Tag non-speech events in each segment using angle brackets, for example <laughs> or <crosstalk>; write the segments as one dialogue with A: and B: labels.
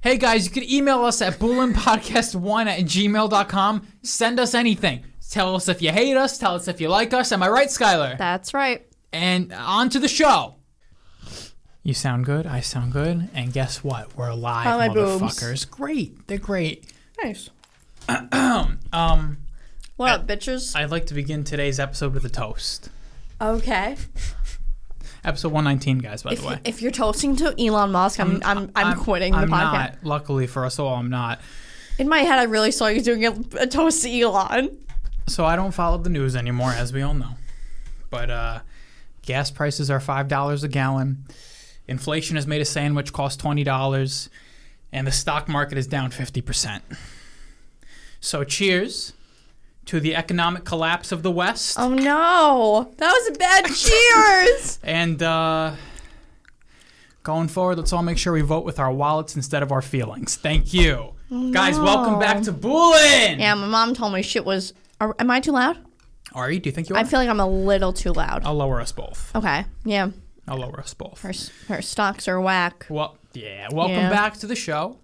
A: Hey guys, you can email us at boolinpodcast1 at gmail.com. Send us anything. Tell us if you hate us. Tell us if you like us. Am I right, Skylar?
B: That's right.
A: And on to the show. You sound good. I sound good. And guess what? We're alive,
B: How are my boobs?
A: motherfuckers. Great. They're great.
B: Nice.
A: <clears throat> Um,
B: What up, bitches?
A: I'd like to begin today's episode with a toast.
B: okay.
A: Episode 119, guys, by
B: If,
A: the way.
B: if you're toasting to Elon Musk, I'm I'm, I'm, quitting
A: I'm
B: the podcast.
A: Not. Luckily for us all, I'm not.
B: In my head, I really saw you doing a, a toast to Elon.
A: So I don't follow the news anymore, as we all know. But uh, gas prices are five dollars a gallon. Inflation has made a sandwich cost twenty dollars, and the stock market is down fifty percent. So cheers to the economic collapse of the West,
B: Oh no, that was a <laughs> bad cheers.
A: and uh, going forward, let's all make sure we vote with our wallets instead of our feelings. Thank you, guys. Welcome back to Bullen.
B: yeah, my mom told me shit was. Are, am I too loud?
A: Ari, do you think you are?
B: I feel like I'm a little too loud.
A: I'll lower us both.
B: Okay. Yeah.
A: I'll lower us both.
B: Her, s- her stocks are whack.
A: Well, yeah. Welcome
B: Yeah.
A: back to the show.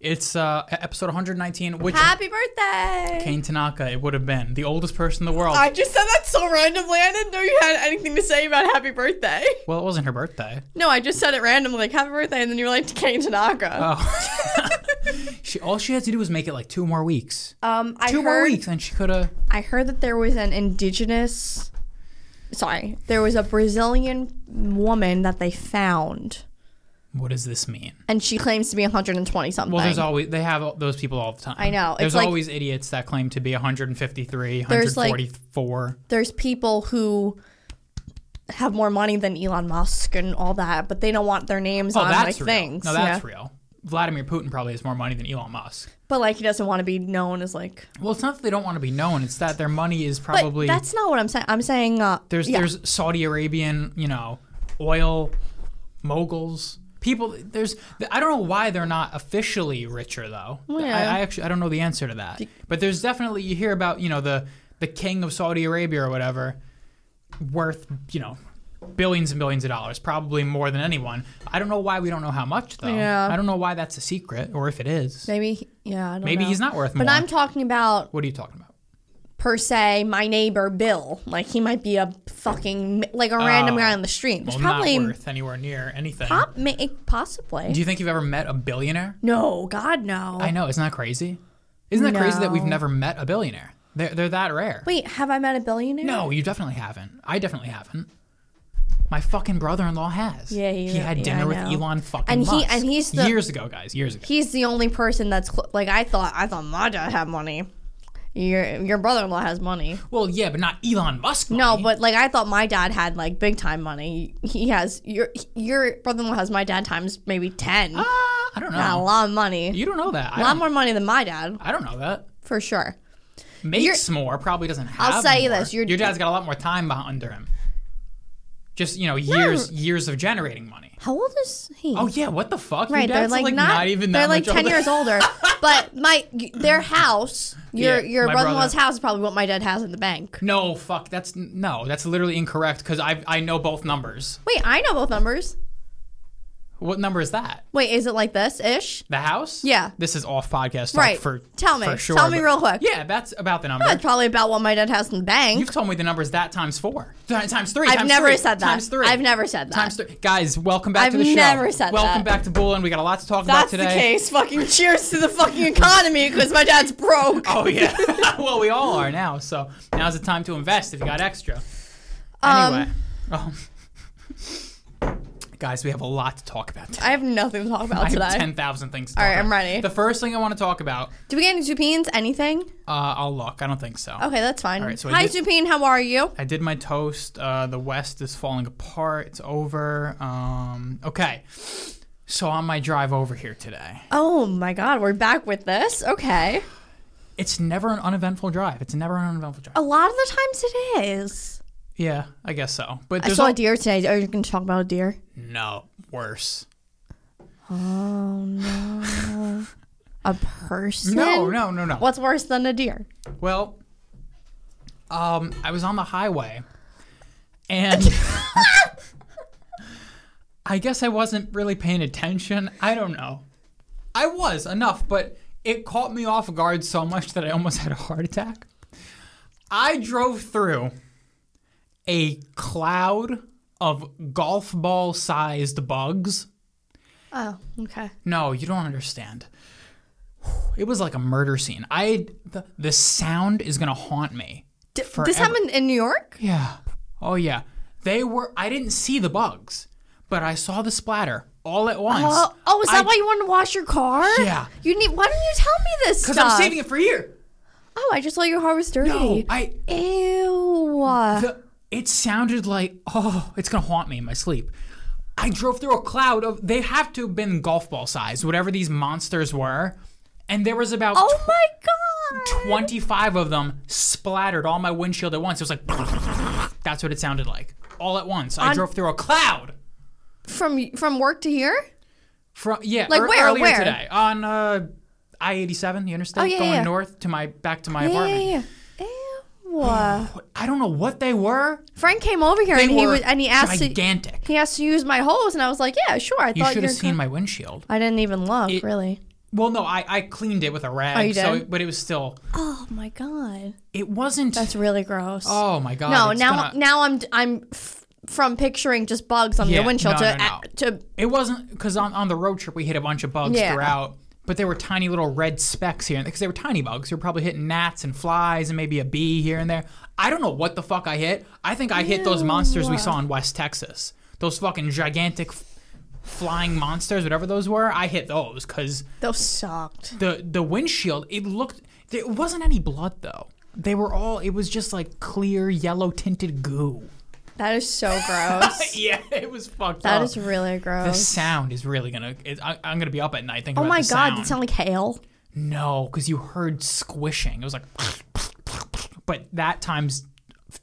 A: It's uh, episode 119, which
B: Happy birthday!
A: Kane Tanaka it would have been the oldest person in the world.
B: I just said that so randomly. I didn't know you had anything to say about happy birthday.
A: well, it wasn't her birthday.
B: No, I just said it randomly, like happy birthday, and then you were like to Kane Tanaka.
A: Oh, <laughs> she all she had to do was make it like two more weeks,
B: um, I
A: two more
B: heard
A: weeks, and she could have.
B: I heard that there was an indigenous, sorry, there was a Brazilian woman that they found,
A: What does this mean?
B: and she claims to be 120 something.
A: Well, there's always they have all- those people all the time.
B: I know, it's
A: There's
B: like-
A: always idiots that claim to be 153,
B: There's, like-
A: 144.
B: there's people who have more money than Elon Musk and all that, but they don't want their names
A: oh,
B: on like
A: that's real.
B: things.
A: No, that's
B: yeah.
A: real. Vladimir Putin probably has more money than Elon Musk.
B: But like he doesn't want to be known as like.
A: Well, it's not that they don't want to be known; it's that their money is
B: But
A: probably
B: that's not what I'm saying. I'm saying uh,
A: There's
B: yeah.
A: there's Saudi Arabian, you know, oil moguls. People, there's I don't know why they're not officially richer though.
B: Oh, Yeah.
A: I, I actually I don't know the answer to that. But there's definitely you hear about you know the the king of Saudi Arabia or whatever, worth you know billions and billions of dollars, probably more than anyone. I don't know why we don't know how much though.
B: Yeah.
A: I don't know why that's a secret or if it is.
B: maybe he- yeah. I don't
A: Maybe
B: know.
A: he's not worth
B: But
A: more.
B: I'm talking about
A: what are you talking about?
B: per se my neighbor Bill. Like he might be a fucking like a random
A: Oh.
B: guy on the street. There's
A: Well,
B: probably
A: not worth anywhere near anything.
B: pop, ma- possibly.
A: Do you think you've ever met a billionaire?
B: no, God no.
A: I know. Isn't that crazy? Isn't that crazy that we've
B: No.
A: never met a billionaire? They're, they're that rare.
B: Wait, have I met a billionaire?
A: No, you definitely haven't. I definitely haven't. My fucking brother-in-law has.
B: Yeah,
A: he,
B: he-
A: had
B: yeah,
A: dinner
B: I
A: with
B: know.
A: Elon fucking
B: And he-
A: Musk
B: and he's the-
A: years ago, guys. Years ago.
B: He's the only person that's cl- like I thought. I thought my dad had money. Your your brother in law has money.
A: well, yeah, but not Elon Musk.
B: No,
A: money.
B: but like I thought my dad had like big time money. He has your your brother in law has my dad times maybe ten.
A: Uh, I don't know.
B: Got a lot of money.
A: You don't know that.
B: A
A: I
B: lot
A: don't,
B: more money than my dad
A: I don't know that.
B: for sure.
A: Makes more probably doesn't have.
B: I'll say
A: more.
B: this, you're-
A: Your dad's got a lot more time behind- under him. Just you know, years years of generating money.
B: How old is he?
A: Oh yeah, what the fuck? Your
B: right. They're
A: dad's,
B: like,
A: like
B: not,
A: even
B: They're
A: that
B: like
A: much
B: ten
A: older.
B: years
A: <laughs>
B: older. But my their house, your
A: Yeah,
B: your
A: my
B: brother in law's
A: brother-
B: house is probably what my dad has in the bank.
A: No, fuck. That's no. That's literally incorrect because I I know both numbers.
B: Wait, I know both numbers.
A: What number is that?
B: Wait, is it like this ish?
A: The house?
B: Yeah.
A: This is off podcast. Talk
B: Right.
A: For
B: Tell me.
A: For sure,
B: Tell me
A: but-
B: real quick.
A: Yeah, that's about the number.
B: That's probably about what my dad has in the bank.
A: You've told me the numbers that times four, Th- times three.
B: I've
A: times
B: never
A: three,
B: said that.
A: Times three.
B: I've never said that.
A: Times three. Guys, welcome back to the
B: I've
A: show.
B: never said
A: Welcome
B: that.
A: back to Bullen. We got a lot to talk
B: That's
A: about today.
B: the case. Fucking cheers to the fucking economy because my dad's broke.
A: <laughs> Oh yeah. <laughs> well, we all are now. So now's the time to invest if you got extra.
B: Um,
A: Anyway, um, <laughs> guys, we have a lot to talk about today.
B: I have nothing to talk
A: I
B: about
A: have
B: today.
A: ten thousand things. To
B: All
A: talk
B: right, I'm
A: about.
B: ready.
A: The first thing I want to talk about.
B: Do we get any Zupines? Anything?
A: Uh, I'll look. I don't think so.
B: Okay, that's fine.
A: right, so I
B: Hi,
A: did-
B: Zupine. How are you?
A: I did my toast. Uh, the West is falling apart. It's over. Um, okay. So on my drive over here today,
B: Oh my God, we're back with this. Okay.
A: it's never an uneventful drive. It's never an uneventful drive.
B: A lot of the times it is.
A: Yeah, I guess so. But
B: I
A: there's
B: saw
A: al-
B: a deer today. Are you going to talk about a deer?
A: no worse.
B: Oh no. <laughs> a person?
A: No, no, no, no.
B: What's worse than a deer?
A: Well, um, I was on the highway, and <laughs> I guess I wasn't really paying attention. I don't know. I was enough, but it caught me off guard so much that I almost had a heart attack. I drove through a cloud of golf ball sized bugs.
B: Oh, okay.
A: No, you don't understand. It was like a murder scene. I the, the sound is gonna haunt me.
B: D-
A: Forever.
B: this happened in New York?
A: Yeah. Oh yeah. They were. I didn't see the bugs, but I saw the splatter all at once.
B: Oh, oh, is that
A: I-
B: why you wanted to wash your car?
A: Yeah.
B: You need. Why didn't you tell me this
A: Because
B: stuff?
A: I'm saving it for a year.
B: Oh, I just thought your heart was dirty.
A: No, I.
B: Ew.
A: The, it sounded like oh, it's gonna haunt me in my sleep. I drove through a cloud of. They have to have been golf ball size, whatever these monsters were, and there was about
B: Oh my god.
A: 25 of them splattered all my windshield at once. It was like that's what it sounded like. All at once. I
B: On-
A: drove through a cloud.
B: From from work to here?
A: From yeah,
B: Like,
A: ear-
B: where,
A: earlier
B: where?
A: today on uh, I eighty seven, the interstate,
B: Oh, yeah,
A: going
B: yeah.
A: north to my back to my
B: Yeah,
A: apartment.
B: yeah, yeah. Ew.
A: I don't know what they were.
B: Frank came over here
A: They
B: and
A: were
B: he was and he asked to,
A: gigantic.
B: he asked to use my hose and I was like, yeah, sure. I
A: You
B: thought
A: should
B: were
A: have seen my windshield.
B: I didn't even look really.
A: Well, no, I, I cleaned it with a rag.
B: Oh, you
A: So,
B: did?
A: it- but it was still.
B: Oh my god,
A: It wasn't.
B: that's really gross.
A: oh my god.
B: no,
A: it's
B: now
A: gonna-
B: now I'm I'm f- from picturing just bugs on
A: Yeah,
B: the
A: no,
B: windshield to
A: no, no.
B: a- to
A: It wasn't because on, on the road trip we hit a bunch of bugs
B: Yeah.
A: throughout, but there were tiny little red specks here because they were tiny bugs. They were probably hitting gnats and flies and maybe a bee here and there. I don't know what the fuck I hit. I think I hit those monsters we saw in West Texas. Those fucking gigantic f- flying monsters, whatever those were. I hit those because
B: those sucked.
A: the the windshield it looked there wasn't any blood though. They were all it was just like clear yellow tinted goo. <laughs>
B: That is <laughs> so gross.
A: Yeah, it was fucked up.
B: That is really
A: The
B: gross.
A: sound is really gonna. It, I, I'm gonna be up at night thinking
B: Oh
A: about
B: my
A: the
B: god,
A: sound.
B: that sound like hail.
A: no, because you heard squishing. It was like, <laughs> but that times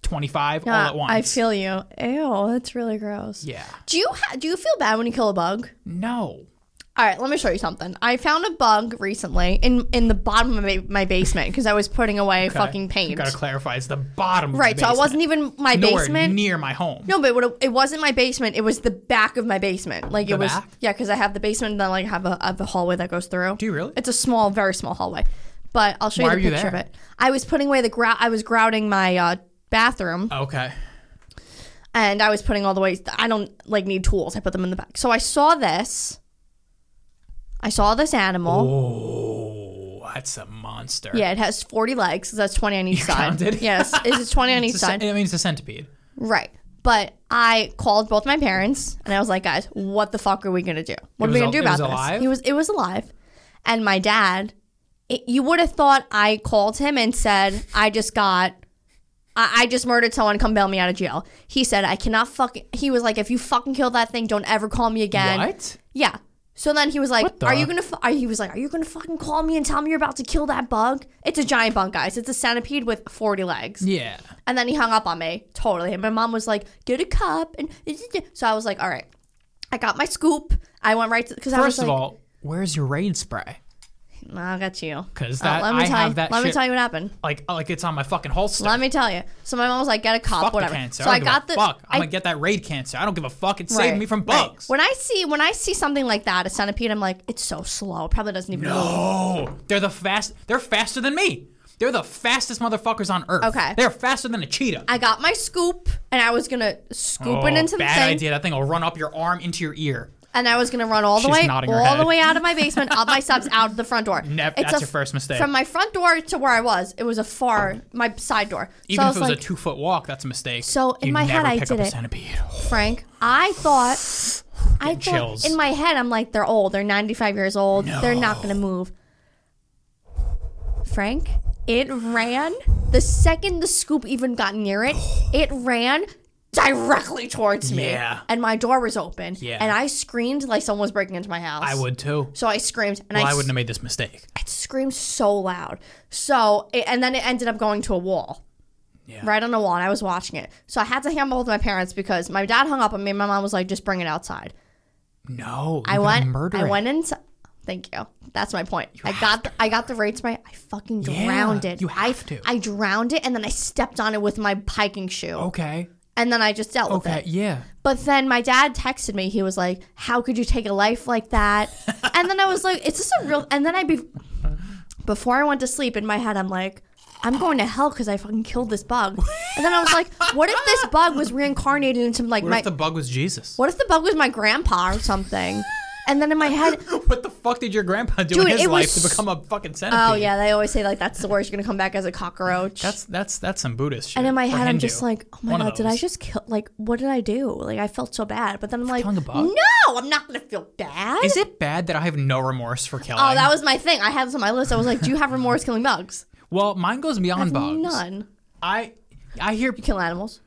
A: 25 all
B: Yeah,
A: at once.
B: Uh, I feel you. Ew, that's really gross.
A: Yeah.
B: Do you ha- do you feel bad when you kill a bug?
A: No.
B: All right, let me show you something. I found a bug recently in in the bottom of my, my basement because I was putting away
A: Okay.
B: fucking paint.
A: Gotta clarify. It's the bottom. of
B: Right,
A: the
B: so I
A: basement.
B: wasn't even my
A: Nowhere
B: basement.
A: near my home.
B: no, but it, would- it wasn't my basement. It was the back of my basement. Like
A: The
B: it was
A: back?
B: yeah, because I have the basement and then like I have a, I have a hallway that goes through.
A: Do you really?
B: It's a small, very small hallway. But I'll show
A: Why
B: you
A: are you
B: the picture
A: there?
B: of it. I was putting away the grout. I was grouting my uh, bathroom.
A: okay.
B: and I was putting all the ways I don't like need tools. I put them in the back. So I saw this. I saw this animal.
A: Oh, that's a monster.
B: Yeah, it has 40 legs. So that's 20 on each side.
A: counted?
B: Yes,
A: <laughs>
B: it's just 20 on each
A: It's a, I
B: side.
A: mean, it's a centipede.
B: Right. But I called both my parents and I was like, guys, what the fuck are we gonna do? What
A: It
B: are we
A: was
B: gonna
A: al-
B: do
A: it was
B: about this?
A: alive?
B: He was it was alive, and my dad. It, you would have thought I called him and said, I just got. I I just murdered someone. Come bail me out of jail. He said, "I cannot fucking." He was like, "If you fucking kill that thing, don't ever call me again."
A: what?
B: Yeah. So then he was like,
A: What the-
B: "Are you gonna?" F-? Are, he was like, "Are you gonna fucking call me and tell me you're about to kill that bug?" It's a giant bug, guys. It's a centipede with forty legs.
A: Yeah.
B: And then he hung up on me totally. And my mom was like, "Get a cup." And so I was like, "All right." I got my scoop. I went right to because I was
A: First
B: like,
A: of all, where's your raid spray?
B: "Nah, "I got you."
A: 'Cause
B: Uh,
A: that-
B: let me
A: I
B: tell
A: have
B: you,
A: that
B: Let me
A: shit-
B: tell you
A: <laughs>
B: what happened.
A: Like, uh, like it's on my fucking holster.
B: Let me tell you. So my mom was like, "Get a cup,
A: fuck
B: whatever."
A: the cancer.
B: So
A: I,
B: I,
A: don't
B: got
A: give
B: the
A: a fuck.
B: I
A: I'm gonna get that raid cancer. I don't give a fuck. It
B: Right,
A: saved me from
B: right.
A: bugs.
B: When I see when I see something like that, a centipede, I'm like, "It's so slow. It probably doesn't even." move."
A: No, they're the fast. They're faster than me. They're the fastest motherfuckers on earth.
B: Okay.
A: They're faster than a cheetah.
B: I got my scoop and I was gonna scoop it into the
A: Oh, bad
B: thing
A: idea. That thing will run up your arm into your ear.
B: and I was gonna run all the
A: She's
B: way
A: nodding her
B: all the
A: head. <laughs>
B: way out of my basement, up my steps, out the front door.
A: Nev-
B: It's
A: that's
B: a
A: your first mistake.
B: From my front door to where I was, it was a far my side door. so
A: Even
B: I
A: if
B: was
A: it was
B: like,
A: a two foot walk, that's a mistake.
B: So, in
A: You
B: my head,
A: never
B: I
A: pick
B: did
A: up a
B: it.
A: centipede.
B: Frank, I thought, I thought
A: chills.
B: in my head, I'm like, they're old. They're 95 years old. They're not gonna move. Frank, it ran. The second the scoop even got
A: <gasps>
B: near it, it ran directly towards me.
A: Yeah.
B: And my door was open.
A: Yeah.
B: And I screamed like someone was breaking into my house.
A: I would too.
B: So I screamed and
A: Well,
B: I,
A: I wouldn't have made this mistake.
B: it screamed so loud. So, it, and then it ended up going to a wall.
A: Yeah.
B: Right on the wall, and I was watching it. So I had to hang up with my parents because my dad hung up on me. and My mom was like, "Just bring it outside."
A: No,
B: I
A: you're gonna
B: went.
A: Murder
B: I
A: it.
B: went inside. Thank you. That's my point. I got. The, I got the raid spray. I fucking
A: Yeah,
B: drowned it.
A: you
B: I,
A: have to.
B: I drowned it, and then I stepped on it with my hiking shoe.
A: Okay.
B: and then I just dealt with
A: Oh. Okay,
B: it.
A: yeah.
B: But then my dad texted me. He was like, "How could you take a life
A: <laughs>
B: like that?" and then I was like, "Is this a real?" And then I be before I went to sleep in my head, I'm like, "I'm going to hell because I fucking killed
A: <laughs>
B: this bug." And then I was like, "What if this bug was reincarnated into like
A: What
B: my?
A: if the bug was Jesus?
B: what if the bug was my grandpa or something?" And then in my
A: <laughs>
B: head,
A: What the fuck did your grandpa do
B: Dude,
A: in his
B: it
A: life
B: was
A: to become a fucking centipede?
B: oh yeah, they always say like that's the worst. You're gonna come back as a cockroach.
A: That's that's that's some Buddhist shit.
B: and in my
A: or
B: head, I'm
A: Hindu.
B: just like, oh my
A: One of
B: god, did I
A: those.
B: just kill? Like, what did I do? Like, I felt so bad. But then I'm like,
A: Killing a bug?
B: no, I'm not gonna feel bad.
A: Is it bad that I have no remorse for killing?
B: Oh, that was my thing. I had this on my list. I was like, "Do you have remorse killing bugs?"
A: well, mine goes beyond bugs.
B: None.
A: I I hear
B: Kill animals.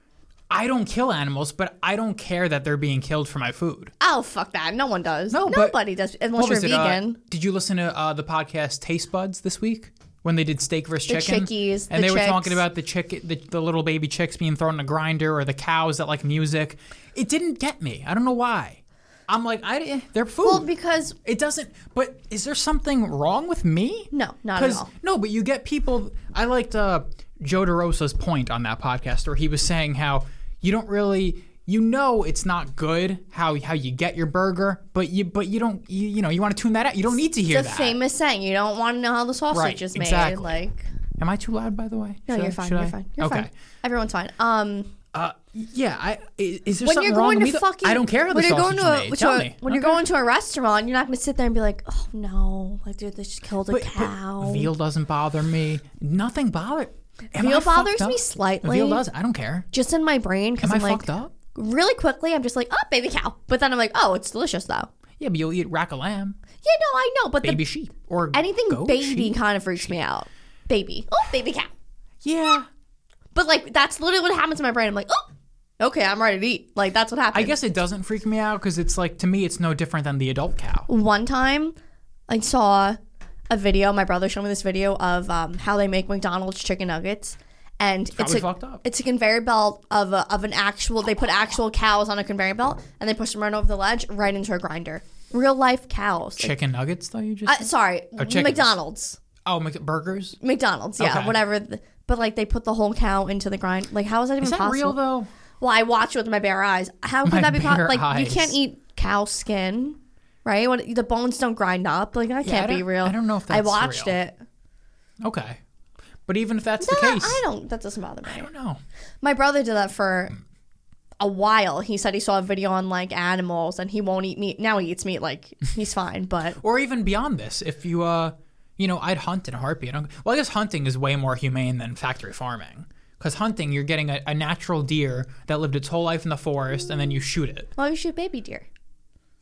A: I don't kill animals, but I don't care that they're being killed for my food.
B: Oh, fuck that. No one does.
A: No, but-
B: nobody does unless
A: What
B: you're
A: was it, uh,
B: vegan.
A: did you listen to uh, the podcast Taste Buds this week when they did steak versus
B: The
A: chicken?
B: chickies,
A: and
B: the
A: they were talking
B: chicks.
A: about the chick, the, the little baby chicks being thrown in a grinder, or the cows that like music. It didn't get me. I don't know why. I'm like, I eh, they're food.
B: well, because
A: It doesn't. But is there something wrong with me?
B: No, not at
A: 'Cause-
B: all.
A: No, but you get people. I liked uh, Joe DeRosa's point on that podcast, where he was saying how you don't really, you know, it's not good how how you get your burger, but you but you don't you, you know you want to tune that out. You don't need to hear
B: the
A: that.
B: famous saying, "You don't want to know how the sausage
A: Right,
B: is made."
A: exactly.
B: Like,
A: Am I too loud, by the way?
B: no,
A: Should I-
B: you're fine.
A: should
B: You're
A: I?
B: fine. You're
A: okay.
B: fine. Everyone's fine. Um,
A: Uh, yeah. I, i- is there
B: when
A: something
B: you're
A: wrong
B: going
A: with
B: to
A: me?
B: fucking,
A: I don't care how the
B: when you're
A: sausage
B: going
A: is
B: to a,
A: made.
B: to
A: Tell
B: a-
A: me.
B: when you're going to a restaurant, you're not going to sit there and be like, "Oh no, like dude, they just killed a
A: But- but
B: cow."
A: veal doesn't bother me. Nothing bothers.
B: Veal bothers me slightly.
A: Veal does. I don't care.
B: just in my brain, because
A: Am I
B: I'm like,
A: fucked up?
B: really quickly, I'm just like, "Oh, baby cow," but then I'm like, "Oh, it's delicious though."
A: Yeah, but you'll eat rack of lamb,
B: Yeah, no, I know, but
A: baby
B: the,
A: sheep, or
B: anything
A: goat,
B: baby
A: sheep.
B: kind of freaks me out. Baby, oh, baby cow.
A: Yeah,
B: But like that's literally what happens in my brain. I'm like, oh, okay, I'm ready to eat. Like that's what
A: I
B: happened.
A: guess it doesn't freak me out because it's like to me, it's no different than the adult cow.
B: One time, I saw a video. My brother showed me this video of um, how they make McDonald's chicken nuggets. And it's
A: Probably
B: a,
A: fucked up.
B: it's a conveyor belt of, a, of an actual, they put actual cows on a conveyor belt and they push them right over the ledge right into a grinder. Real life cows. Like,
A: Chicken nuggets, though you just
B: uh, sorry,
A: chickens.
B: McDonald's.
A: oh Mc- burgers.
B: McDonald's, yeah,
A: Okay.
B: whatever. th- But like they put the whole cow into the grind. Like how is that even
A: Is that
B: possible?
A: real though?
B: Well, I watched it with my bare eyes. How could
A: My
B: that be possible?
A: bare
B: Like you
A: eyes.
B: can't eat cow skin, right? When the bones don't grind up. Like that can't
A: I
B: be
A: don't-
B: real.
A: I don't know if
B: I
A: that's
B: watched
A: real.
B: it.
A: Okay, but even if that's
B: No,
A: the case,
B: <laughs> I don't. That doesn't bother
A: I
B: me.
A: don't know.
B: My brother did that for a while. He said he saw a video on like animals, and he won't eat meat. Now he eats meat. Like he's
A: <laughs>
B: fine, but
A: Or even beyond this, if you uh, you know, I'd hunt in a heartbeat. I don't- Well, I guess hunting is way more humane than factory farming. Because hunting, you're getting a, a natural deer that lived its whole life in the forest, and then you shoot it.
B: why would Oh, you shoot baby deer?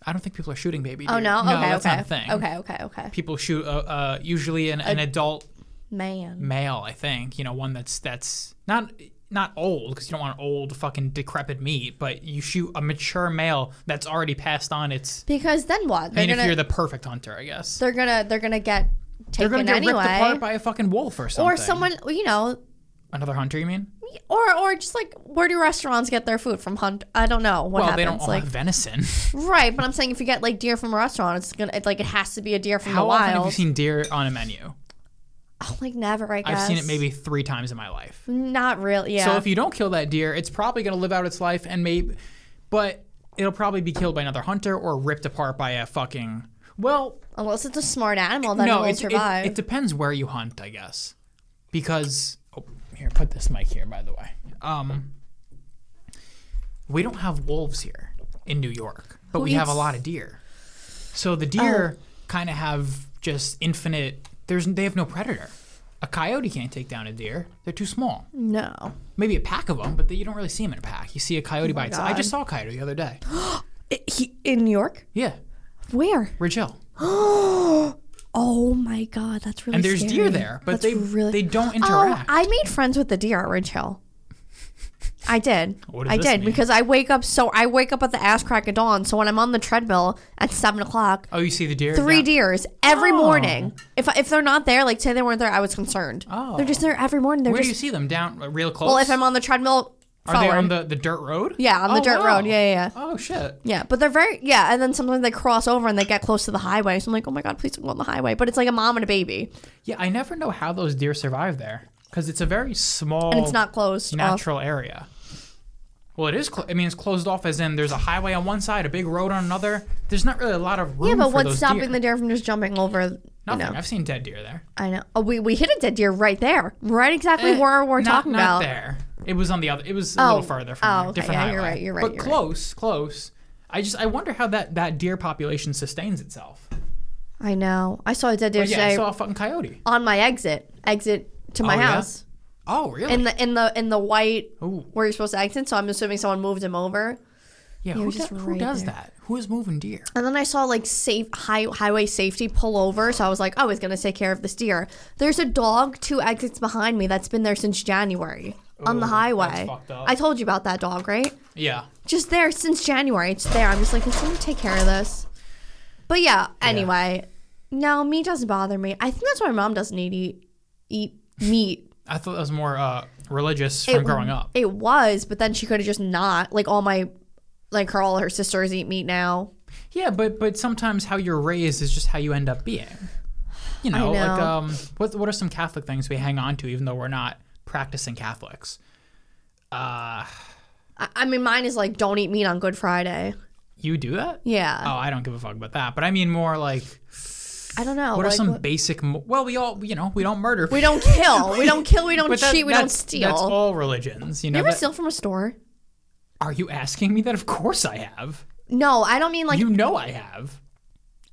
A: I don't think people are shooting baby deer.
B: Oh no. okay.
A: that's
B: okay.
A: not a thing.
B: Okay. Okay. Okay.
A: people shoot uh, uh, usually an, an adult
B: Man.
A: male i think you know one that's that's not not old because you don't want old fucking decrepit meat but you shoot a mature male that's already passed on its
B: Because then what?
A: i
B: They're
A: mean
B: gonna.
A: if you're the perfect hunter i guess
B: they're gonna they're gonna get
A: they're gonna
B: taken
A: get ripped
B: anyway
A: apart by a fucking wolf or something
B: or someone you know
A: another hunter you mean
B: or or just like where do restaurants get their food from hunt i don't know what
A: well
B: happens
A: they don't all
B: like
A: have venison
B: <laughs> right but i'm saying if you get like deer from a restaurant it's gonna it, like it has to be a deer from the
A: how often
B: wild
A: have you seen deer on a menu
B: oh, like never i
A: i've
B: guess
A: seen it maybe three times in my life
B: not really yeah
A: So if you don't kill that deer, it's probably going to live out its life and maybe, but it'll probably be killed by another hunter or ripped apart by a fucking. Well,
B: unless it's a smart animal then
A: no,
B: it will
A: it, it,
B: survive
A: it depends where you hunt, I guess, because oh, here, put this mic here, by the way. Um, we don't have wolves here in New York, but we have a
B: eats-
A: lot of deer. So the
B: Oh.
A: deer kind of have just infinite. There's they have no predator. A coyote can't take down a deer. They're too small
B: no
A: maybe a pack of them, but you don't really see them in a pack. You see a coyote
B: Oh
A: by itself. I just saw a coyote the other
B: <gasps>
A: day.
B: It- he, in new york
A: Yeah,
B: where
A: Ridge Hill.
B: oh my god that's really
A: And there's
B: scary.
A: deer there, but
B: That's
A: they
B: really
A: they don't
B: Oh,
A: interact.
B: I made friends with the deer at Ridge Hill. I did.
A: <laughs> What does
B: I
A: this
B: did
A: mean?
B: because I wake up so I wake up at the ass crack of dawn. So when I'm on the treadmill at seven o'clock,
A: oh, you see the deer?
B: three
A: Yeah.
B: deers every
A: Oh.
B: morning. If if they're not there, like say they weren't there, I was concerned.
A: Oh.
B: They're just there every morning. They're
A: Where do you
B: just
A: see them? Down uh, real close.
B: well. If I'm on the treadmill,
A: are they
B: forward.
A: on the, the dirt road?
B: Yeah, on the
A: Oh,
B: dirt
A: wow.
B: road. Yeah, yeah, yeah.
A: Oh shit.
B: Yeah, but they're very yeah, and then sometimes they cross over and they get close to the highway. So I'm like, oh my god, please don't go on the highway. But it's like a mom and a baby,
A: Yeah, I never know how those deer survive there because it's a very small
B: and it's not closed. off.
A: natural area. Well, it is. Cl- I mean, it's closed off as in there's a highway on one side, a big road on another. There's not really a lot of room.
B: Yeah, but
A: for
B: what's
A: those
B: stopping
A: deer.
B: the deer from just jumping over?
A: Nothing.
B: You know,
A: I've seen dead deer there.
B: I know. Oh, we, we hit a dead deer right there, right exactly where we're
A: Eh, not,
B: talking
A: not
B: about.
A: there. It was on the other. It was a
B: Oh.
A: little further from
B: Oh,
A: there.
B: okay.
A: Different
B: Yeah,
A: highway.
B: you're right, you're right,
A: But
B: you're right.
A: close, close. I just I wonder how that that deer population sustains itself.
B: I know. I saw a dead deer
A: But yeah,
B: today
A: I saw a fucking coyote.
B: on my exit, exit to my
A: Oh, yeah?
B: house.
A: Oh, really?
B: In the in the in the white
A: Ooh.
B: where you're supposed to exit, so I'm assuming someone moved him over.
A: yeah.
B: were
A: Who,
B: just
A: do- who
B: right
A: does
B: there.
A: that? Who is moving deer?
B: And then I saw like safe high highway safety pull over, so I was like, oh, he's gonna take care of this deer. There's a dog two exits behind me that's been there since January on the
A: Ooh,
B: highway.
A: that's fucked up.
B: I told you about that dog, right?
A: Yeah.
B: Just there since January. It's there. I'm just like, can someone take care of this? But yeah, anyway, no, meat doesn't bother me. I think that's why my mom doesn't eat eat, eat meat.
A: I thought that was more uh, religious from growing up.
B: It was, but then she could have just not. Like all my, like her, all her sisters eat meat now.
A: Yeah, but but sometimes how you're raised is just how you end up being. You know, like
B: know.
A: um, what what are some Catholic things we hang on to, even though we're not practicing Catholics? Uh,
B: I, I mean, mine is like don't eat meat on Good Friday.
A: you do that?
B: Yeah,
A: Oh, I don't give a fuck about that. But I mean more like,
B: I don't know.
A: what are
B: like,
A: some
B: what-
A: basic? Mo- well, we all, you know, we don't murder.
B: we don't kill. We don't kill. We don't
A: <laughs> but that-
B: cheat. We don't
A: that's-
B: steal.
A: That's all religions. You know.
B: you ever
A: that-
B: steal from a store?
A: are you asking me that? Of course I have.
B: No, I don't mean like.
A: You know I have.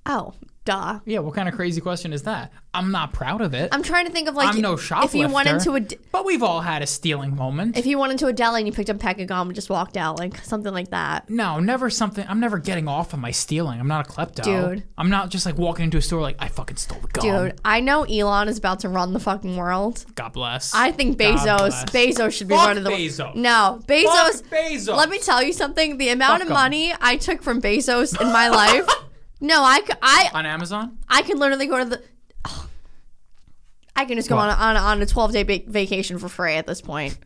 B: oh, duh.
A: Yeah. What kind of crazy question is that? I'm not proud of it.
B: I'm trying to think of like
A: I'm no
B: If you went into
A: shoplifter.
B: a d-
A: but we've all had a stealing moment.
B: if you went into a deli and you picked up a pack of gum and just walked out, like something like that.
A: No, never something. I'm never getting off on my stealing. I'm not a klepto.
B: Dude.
A: I'm not just like walking into a store like I fucking stole the gum.
B: Dude, I know Elon is about to run the fucking world.
A: God bless.
B: I think
A: God
B: Bezos,
A: bless.
B: Bezos should be
A: Fuck
B: running the
A: Bezos.
B: No, Bezos.
A: Fuck Bezos.
B: Let me tell you something. The amount
A: Fuck
B: of
A: 'em.
B: money I took from Bezos in
A: <laughs>
B: my life. No, I, c- I
A: on Amazon.
B: I can literally go to the. <sighs> I can just go on,
A: What?
B: on on a twelve day ba- vacation for free at this point.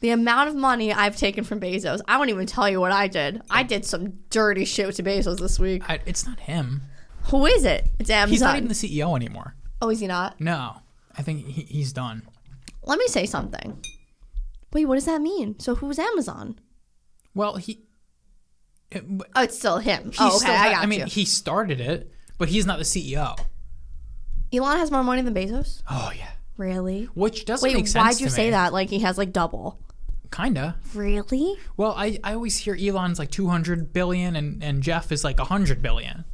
B: The amount of money I've taken from Bezos, I won't even tell you what I did. I did some dirty shit to Bezos this week.
A: I, it's not him.
B: Who is it? It's Amazon.
A: He's not even the CEO anymore.
B: oh, is he not?
A: No, I think he, he's done.
B: Let me say something. Wait, what does that mean? So who's Amazon?
A: Well, he. It, he's
B: Oh, it's still him. Oh, okay,
A: still
B: I
A: ha-
B: got
A: I mean,
B: you.
A: he started it, but he's not the E CEO.
B: Elon has more money than Bezos.
A: Oh yeah,
B: Really?
A: which doesn't
B: Wait,
A: make sense.
B: why'd you
A: to
B: say
A: me.
B: that? Like he has like double.
A: Kinda.
B: Really?
A: Well, I, I always hear Elon's like 200 billion and, and Jeff is like 100 billion.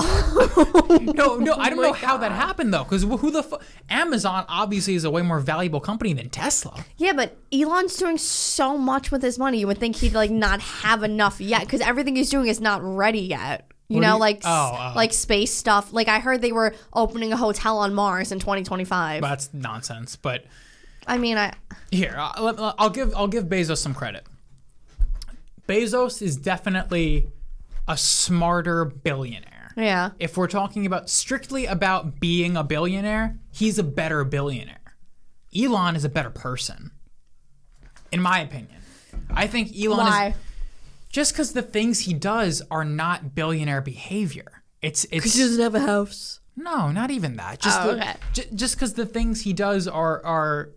A: no, no, I don't know how that happened though, because who the fu- Amazon obviously is a way more valuable company than Tesla.
B: Yeah, but Elon's doing so much with his money. You would think he'd like not have enough yet because everything he's doing is not ready yet. You
A: What do
B: know,
A: you-
B: like s-
A: Oh, oh.
B: like space stuff. Like I heard they were opening a hotel on Mars in 2025.
A: That's nonsense. But
B: I mean, I
A: here, uh, I'll, I'll give I'll give Bezos some credit. Bezos is definitely a smarter billionaire.
B: yeah,
A: If we're talking about strictly about being a billionaire, he's a better billionaire. Elon is a better person, in my opinion. I think Elon
B: why?
A: is just because the things he does are not billionaire behavior. It's it's
B: doesn't have a house.
A: no, not even that. Just the,
B: Oh, okay.
A: ju- just because the things he does are are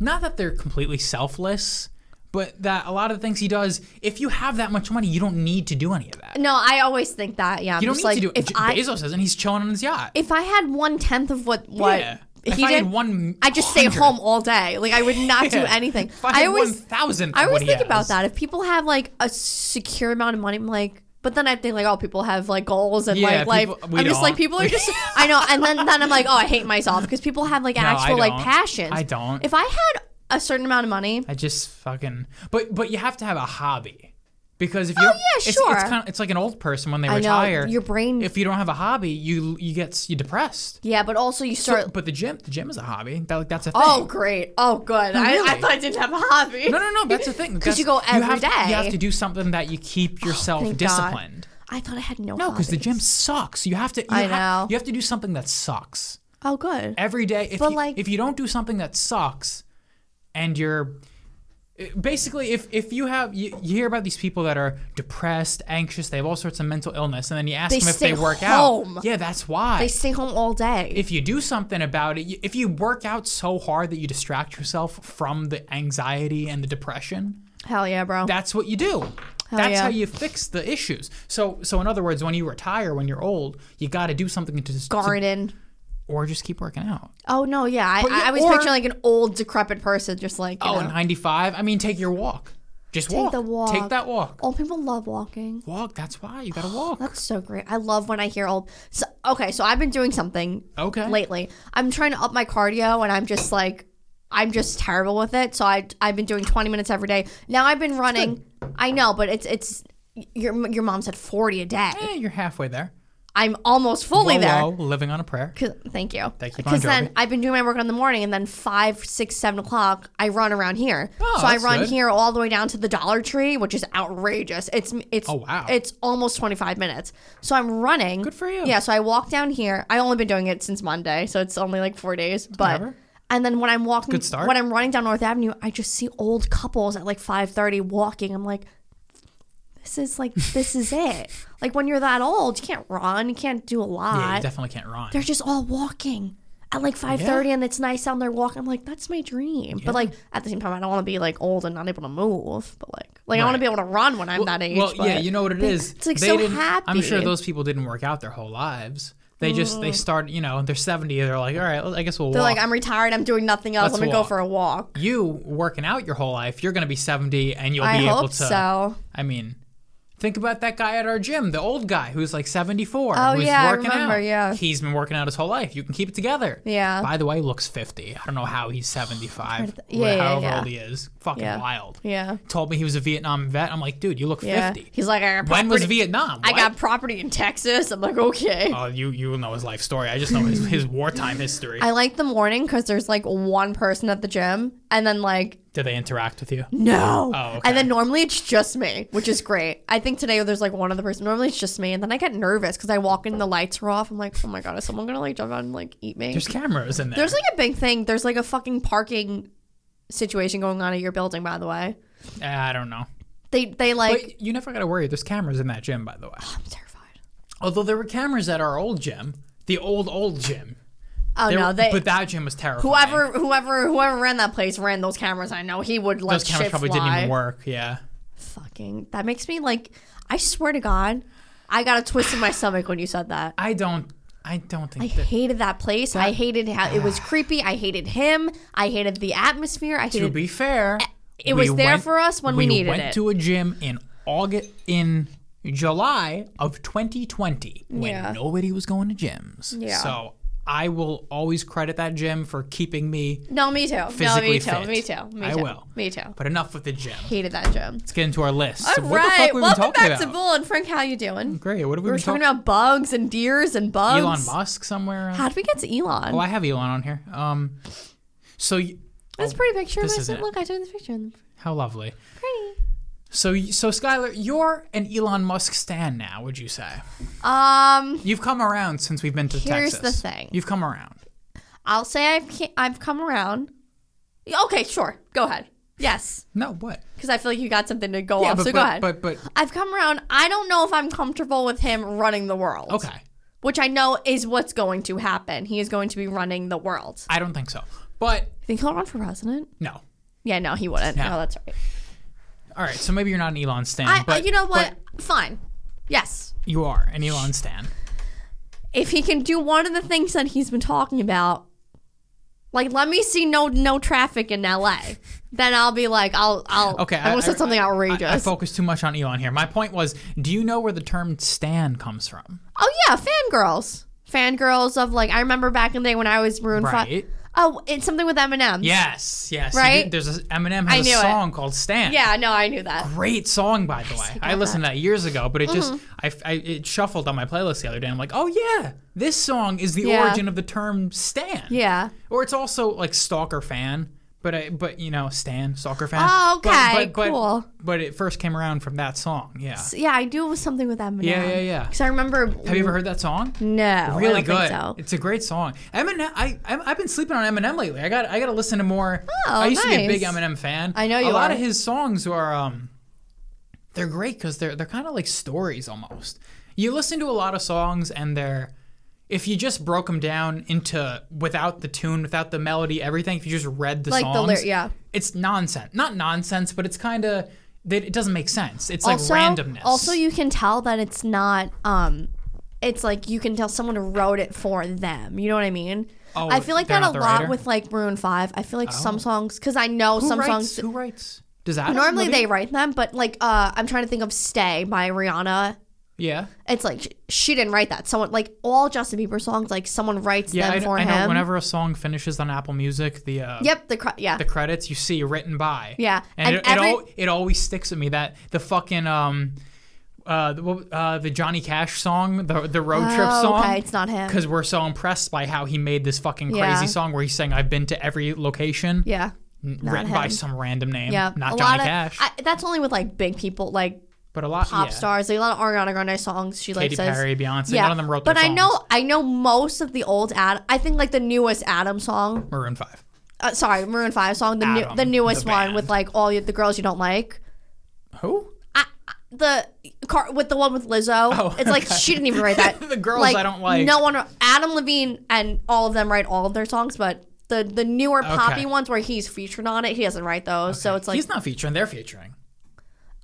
A: not that they're completely selfless, but that a lot of the things he does, if you have that much money, you don't need to do any of that.
B: No, I always think that. Yeah, I'm
A: You don't
B: just
A: need
B: like
A: to do
B: if
A: it.
B: I
A: Bezos doesn't. He's chilling on his yacht.
B: if I had one tenth of what what
A: yeah.
B: he
A: if
B: did,
A: I had one,
B: I just stay
A: hundred-
B: home all day. Like I would not do
A: Yeah.
B: anything.
A: <laughs> If I,
B: I,
A: had
B: always
A: one thousandth
B: I
A: of what
B: always
A: he
B: think about
A: has.
B: that. If people have like a secure amount of money, I'm like, but then I think like, oh, people have like goals and
A: Yeah,
B: like life.
A: people-
B: I'm
A: we
B: just like,
A: don't.
B: people
A: <laughs>
B: are just. I know, and then then I'm like, oh, I hate myself because people have like
A: I
B: actual like
A: don't.
B: passions.
A: I don't.
B: If I had a certain amount of money,
A: I just fucking. But but you have to have a hobby because if you oh
B: yeah,
A: it's,
B: sure.
A: it's, kind of, it's like an old person when they
B: I know,
A: retire.
B: your brain-
A: If you don't have a hobby, you you get you depressed.
B: yeah, but also you
A: <laughs>
B: start.
A: But the gym the gym is a hobby. That like that's a thing.
B: oh, great. Oh, good. I, I
A: really?
B: thought I didn't have a hobby.
A: No no no, that's a thing.
B: 'Cause you
A: That's-
B: go
A: you have,
B: every
A: to- You
B: day. Oh,
A: have to do something that you keep yourself
B: thank God.
A: disciplined.
B: I thought I had no.
A: No, because the
B: hobbies.
A: gym sucks. You have to. You
B: I
A: ha-
B: know.
A: You have to do something that sucks
B: Oh, good.
A: every day. If
B: But,
A: you,
B: like-
A: if you don't do something that sucks, and you're basically if if you have you, you hear about these people that are depressed, anxious, they have all sorts of mental illness, and then you ask
B: They
A: them if
B: stay
A: they work
B: home.
A: out. Yeah, that's why.
B: I stay home all day.
A: if you do something about it, you- if you work out so hard that you distract yourself from the anxiety and the depression,
B: Hell yeah, bro.
A: That's what you do. That's
B: yeah.
A: how you fix the issues. So, so in other words, when you retire, when you're old, you got to do something to, to
B: Garden.
A: or just keep working out.
B: Oh no, yeah. I,
A: But yeah,
B: I was
A: or-
B: picturing like an old decrepit person, just like you
A: Oh,
B: know.
A: 95. I mean, take your walk. Just walk.
B: the walk.
A: Take that walk.
B: Old people love walking.
A: Walk. That's why you got to
B: <gasps>
A: walk.
B: That's so great. I love when I hear old. So, okay, so I've been doing something
A: Okay.
B: lately. I'm trying to up my cardio, and I'm just like, I'm just terrible with it. So I I've been doing 20 minutes every day. Now I've been running. I know, but it's it's your your mom said 40 a day.
A: Eh, you're halfway there.
B: I'm almost fully
A: Whoa,
B: there.
A: whoa, living on a prayer.
B: 'Cause- thank you.
A: Thank you, Bon
B: Because then
A: Jovi.
B: I've been doing my workout in the morning, and then five, six, seven o'clock, I run around here.
A: Oh,
B: so I
A: that's
B: run
A: good.
B: here all the way down to the Dollar Tree, which is outrageous. It's it's
A: Oh, wow.
B: it's almost twenty five minutes. So I'm running.
A: Good for you.
B: Yeah. So I walk down here. I only been doing it since Monday, so it's only like four days. But
A: Whatever.
B: and then when I'm walking,
A: Good start.
B: when I'm running down North Avenue, I just see old couples at like five thirty walking. I'm like. This is like this
A: <laughs>
B: is it. Like when you're that old, you can't run, you can't do a lot
A: Yeah, you definitely can't run.
B: they're just all walking at like 5.30 and it's nice out and they're walking i'm like that's my dream but like at the same time i don't want to be like old and not able to move but like like i want to
A: Right.
B: be able to run when i'm that age
A: Well,
B: but
A: yeah, you know what it is.
B: it's, like, so
A: didn't- I'm
B: happy. Mm.
A: sure those people didn't work out their whole lives. They just they start, you know, they're 70. They're like, all right, I guess we'll
B: they're
A: walk.
B: like i'm retired i'm doing nothing else
A: Let's
B: i'm gonna
A: walk.
B: go for a walk
A: you working out your whole life, you're going to be 70 and you'll
B: i
A: be able
B: hope
A: to.
B: so
A: I mean, think about that guy at our gym, the old guy who's like 74.
B: Oh,
A: who's
B: yeah, I
A: working
B: remember,
A: out.
B: yeah.
A: He's been working out his whole life. You can keep it together.
B: Yeah.
A: By the way, looks 50. I don't know how he's 75.
B: Yeah, yeah,
A: however
B: yeah.
A: old he is. Fucking
B: Yeah.
A: wild.
B: yeah
A: Told me he was a Vietnam vet. I'm like, dude, you look
B: yeah
A: 50.
B: he's like i got
A: When
B: property,
A: was Vietnam?
B: i
A: What?
B: got property in texas i'm like okay
A: Oh, you you will know his life story. I just know his, his wartime history.
B: i like the morning because there's like one person at the gym and then like
A: Did they interact with you?
B: No.
A: Oh, okay.
B: And then normally it's just me, which is great. I think today there's like one other person. Normally it's just me, and then I get nervous because I walk in, and the lights are off. I'm like, oh my god, is someone gonna like jump out and like eat me?
A: There's cameras in there.
B: There's like a big thing. There's like a fucking parking situation going on at your building, by the way.
A: I don't know.
B: They they like
A: But you never got to worry. There's cameras in that gym, by the way.
B: I'm terrified.
A: Although there were cameras at our old gym, the old old gym.
B: Oh
A: There
B: no,
A: were-
B: they
A: but that gym was terrifying.
B: whoever whoever whoever ran that place ran those cameras. I know he would let
A: those cameras
B: shit
A: probably
B: fly.
A: didn't even work. Yeah.
B: Fucking that makes me like I swear to God, I got a twist in my stomach when you said that.
A: I don't. I don't think
B: I
A: that.
B: hated that place. I hated how it was creepy. I hated him. I hated the atmosphere. I
A: To
B: hated.
A: be fair,
B: it
A: we
B: was there for us when we needed
A: went
B: it.
A: to a gym in August in July of 2020 when
B: Yeah.
A: nobody was going to gyms.
B: Yeah.
A: So I will always credit that gym for keeping me.
B: no, me too. No,
A: Physically
B: me too.
A: fit.
B: Me too. Me
A: I
B: too.
A: will.
B: Me too.
A: But enough with the gym.
B: Hated that gym.
A: Let's get into our list.
B: All
A: So
B: right.
A: what the fuck we been
B: Welcome
A: talking about?
B: back to Bull and Frank. How you doing?
A: Great. What have we
B: We were
A: been talking
B: talking about bugs and deers and bugs.
A: Elon Musk somewhere.
B: How would we get to Elon?
A: Oh, I have Elon on here. Um, so y-
B: That's a pretty picture. Of
A: this isn't
B: myself.
A: it.
B: Look, I took this picture.
A: how lovely.
B: Pretty.
A: So y- so Skylar, you're an Elon Musk stan now. Would you say
B: Um,
A: you've come around since we've been to
B: Here's
A: Texas?
B: the thing.
A: You've come around.
B: I'll say I've ca- I've come around. Okay, sure. Go ahead. Yes,
A: No, what?
B: because I feel like you got something to go off.
A: but,
B: so go
A: but,
B: ahead.
A: but but
B: I've come around. I don't know if I'm comfortable with him running the world.
A: okay.
B: Which I know is what's going to happen. He is going to be running the world.
A: I don't think so. But
B: Think he'll run for president?
A: no.
B: Yeah, no, he wouldn't.
A: No.
B: No, that's right.
A: All right. So maybe you're not an Elon stan,
B: I, uh,
A: but
B: you know what? Fine. Yes.
A: but you are an Elon stan.
B: If he can do one of the things that he's been talking about, like let me see no no traffic in LA. Then I'll be like, I'll I'll
A: Okay,
B: I,
A: I-
B: almost
A: I-
B: said something
A: I, I
B: outrageous.
A: focused too much on Elon here. My point was, do you know where the term stan comes from?
B: oh yeah, fangirls. Fangirls of like I remember back in the day when I was Maroon Five.
A: Right.
B: Oh, it's something with Eminem.
A: Yes, yes. you
B: Right?
A: did- There's a, Eminem
B: I
A: has a
B: knew it.
A: song called Stan.
B: Yeah, no, I knew that.
A: Great song, by the way. I listened to that years ago,
B: Mm-hmm.
A: but it just I, I it shuffled on my playlist the other day. I'm like, oh yeah, this song is the
B: Yeah.
A: origin of the term Stan.
B: Yeah.
A: Or it's also like stalker fan, but I, but you know Stan stalker fan.
B: Oh,
A: But-
B: okay,
A: but, but,
B: cool.
A: But it first came around from that song. Yeah.
B: So, yeah, I do it was something with Eminem.
A: Yeah, yeah, yeah.
B: Because I remember.
A: Have you ever heard that song?
B: No,
A: Really
B: I don't
A: good.
B: Think so.
A: It's a great song. Eminem. I, I I've been sleeping on Eminem lately. I got I got to listen to more.
B: Oh,
A: I used to be a
B: nice.
A: big Eminem fan.
B: I know
A: A
B: you
A: lot
B: are.
A: of his songs are um, they're great because they're they're kind of like stories almost. You listen to a lot of songs and they're if you just broke them down into without the tune, without the melody, everything, if you just read the
B: Like the
A: songs,
B: lyri- yeah.
A: it's nonsense. Not nonsense, but it's kind of that it doesn't make sense. It's
B: also,
A: like randomness.
B: Also, you can tell that it's not. Um, it's like you can tell someone wrote it for them. You know what I mean?
A: Oh,
B: I feel like
A: they're
B: that
A: not
B: a
A: the
B: lot
A: writer? Oh.
B: with like Maroon Five. I feel like some songs because I know
A: who
B: some
A: writes,
B: songs.
A: Who writes? Does that
B: Normally they write them, but like uh, I'm trying to think of "Stay" by Rihanna.
A: yeah
B: It's like she, she didn't write that. Someone like all Justin Bieber songs, like someone writes
A: yeah
B: them
A: I,
B: for
A: I
B: him.
A: know whenever a song finishes on Apple Music the uh,
B: yep, the cr- yeah,
A: the credits you see written by
B: Yeah,
A: and,
B: and
A: it,
B: every-
A: it, al- it always sticks with me that the fucking um uh the, what- uh, the Johnny Cash song the the road trip
B: Oh,
A: song
B: Okay, it's not him.
A: because we're so impressed by how he made this fucking crazy
B: Yeah.
A: song where he's saying I've been to every location
B: Yeah,
A: n- written by
B: him.
A: some random name
B: yeah.
A: not
B: a
A: Johnny
B: lot of,
A: Cash
B: I, that's only with like big people, like
A: but a lot
B: pop
A: yeah.
B: stars. Like a lot of Ariana Grande songs. She
A: Katy
B: like says.
A: Perry Beyonce
B: Yeah,
A: none of them wrote
B: but
A: their
B: I know
A: songs.
B: I know most of the old Ad. I think like the newest Adam song.
A: Maroon Five
B: Uh, sorry, Maroon Five song. The new,
A: Adam,
B: the
A: the
B: newest one
A: band.
B: with like all the girls you don't like.
A: who
B: the car with the one with Lizzo.
A: Oh,
B: it's like
A: okay.
B: she didn't even write that.
A: <laughs> The girls I don't like.
B: No one. Adam Levine and all of them write all of their songs, but the the newer poppy ones where he's featured on it, he doesn't write those. So it's like,
A: he's not featuring they're featuring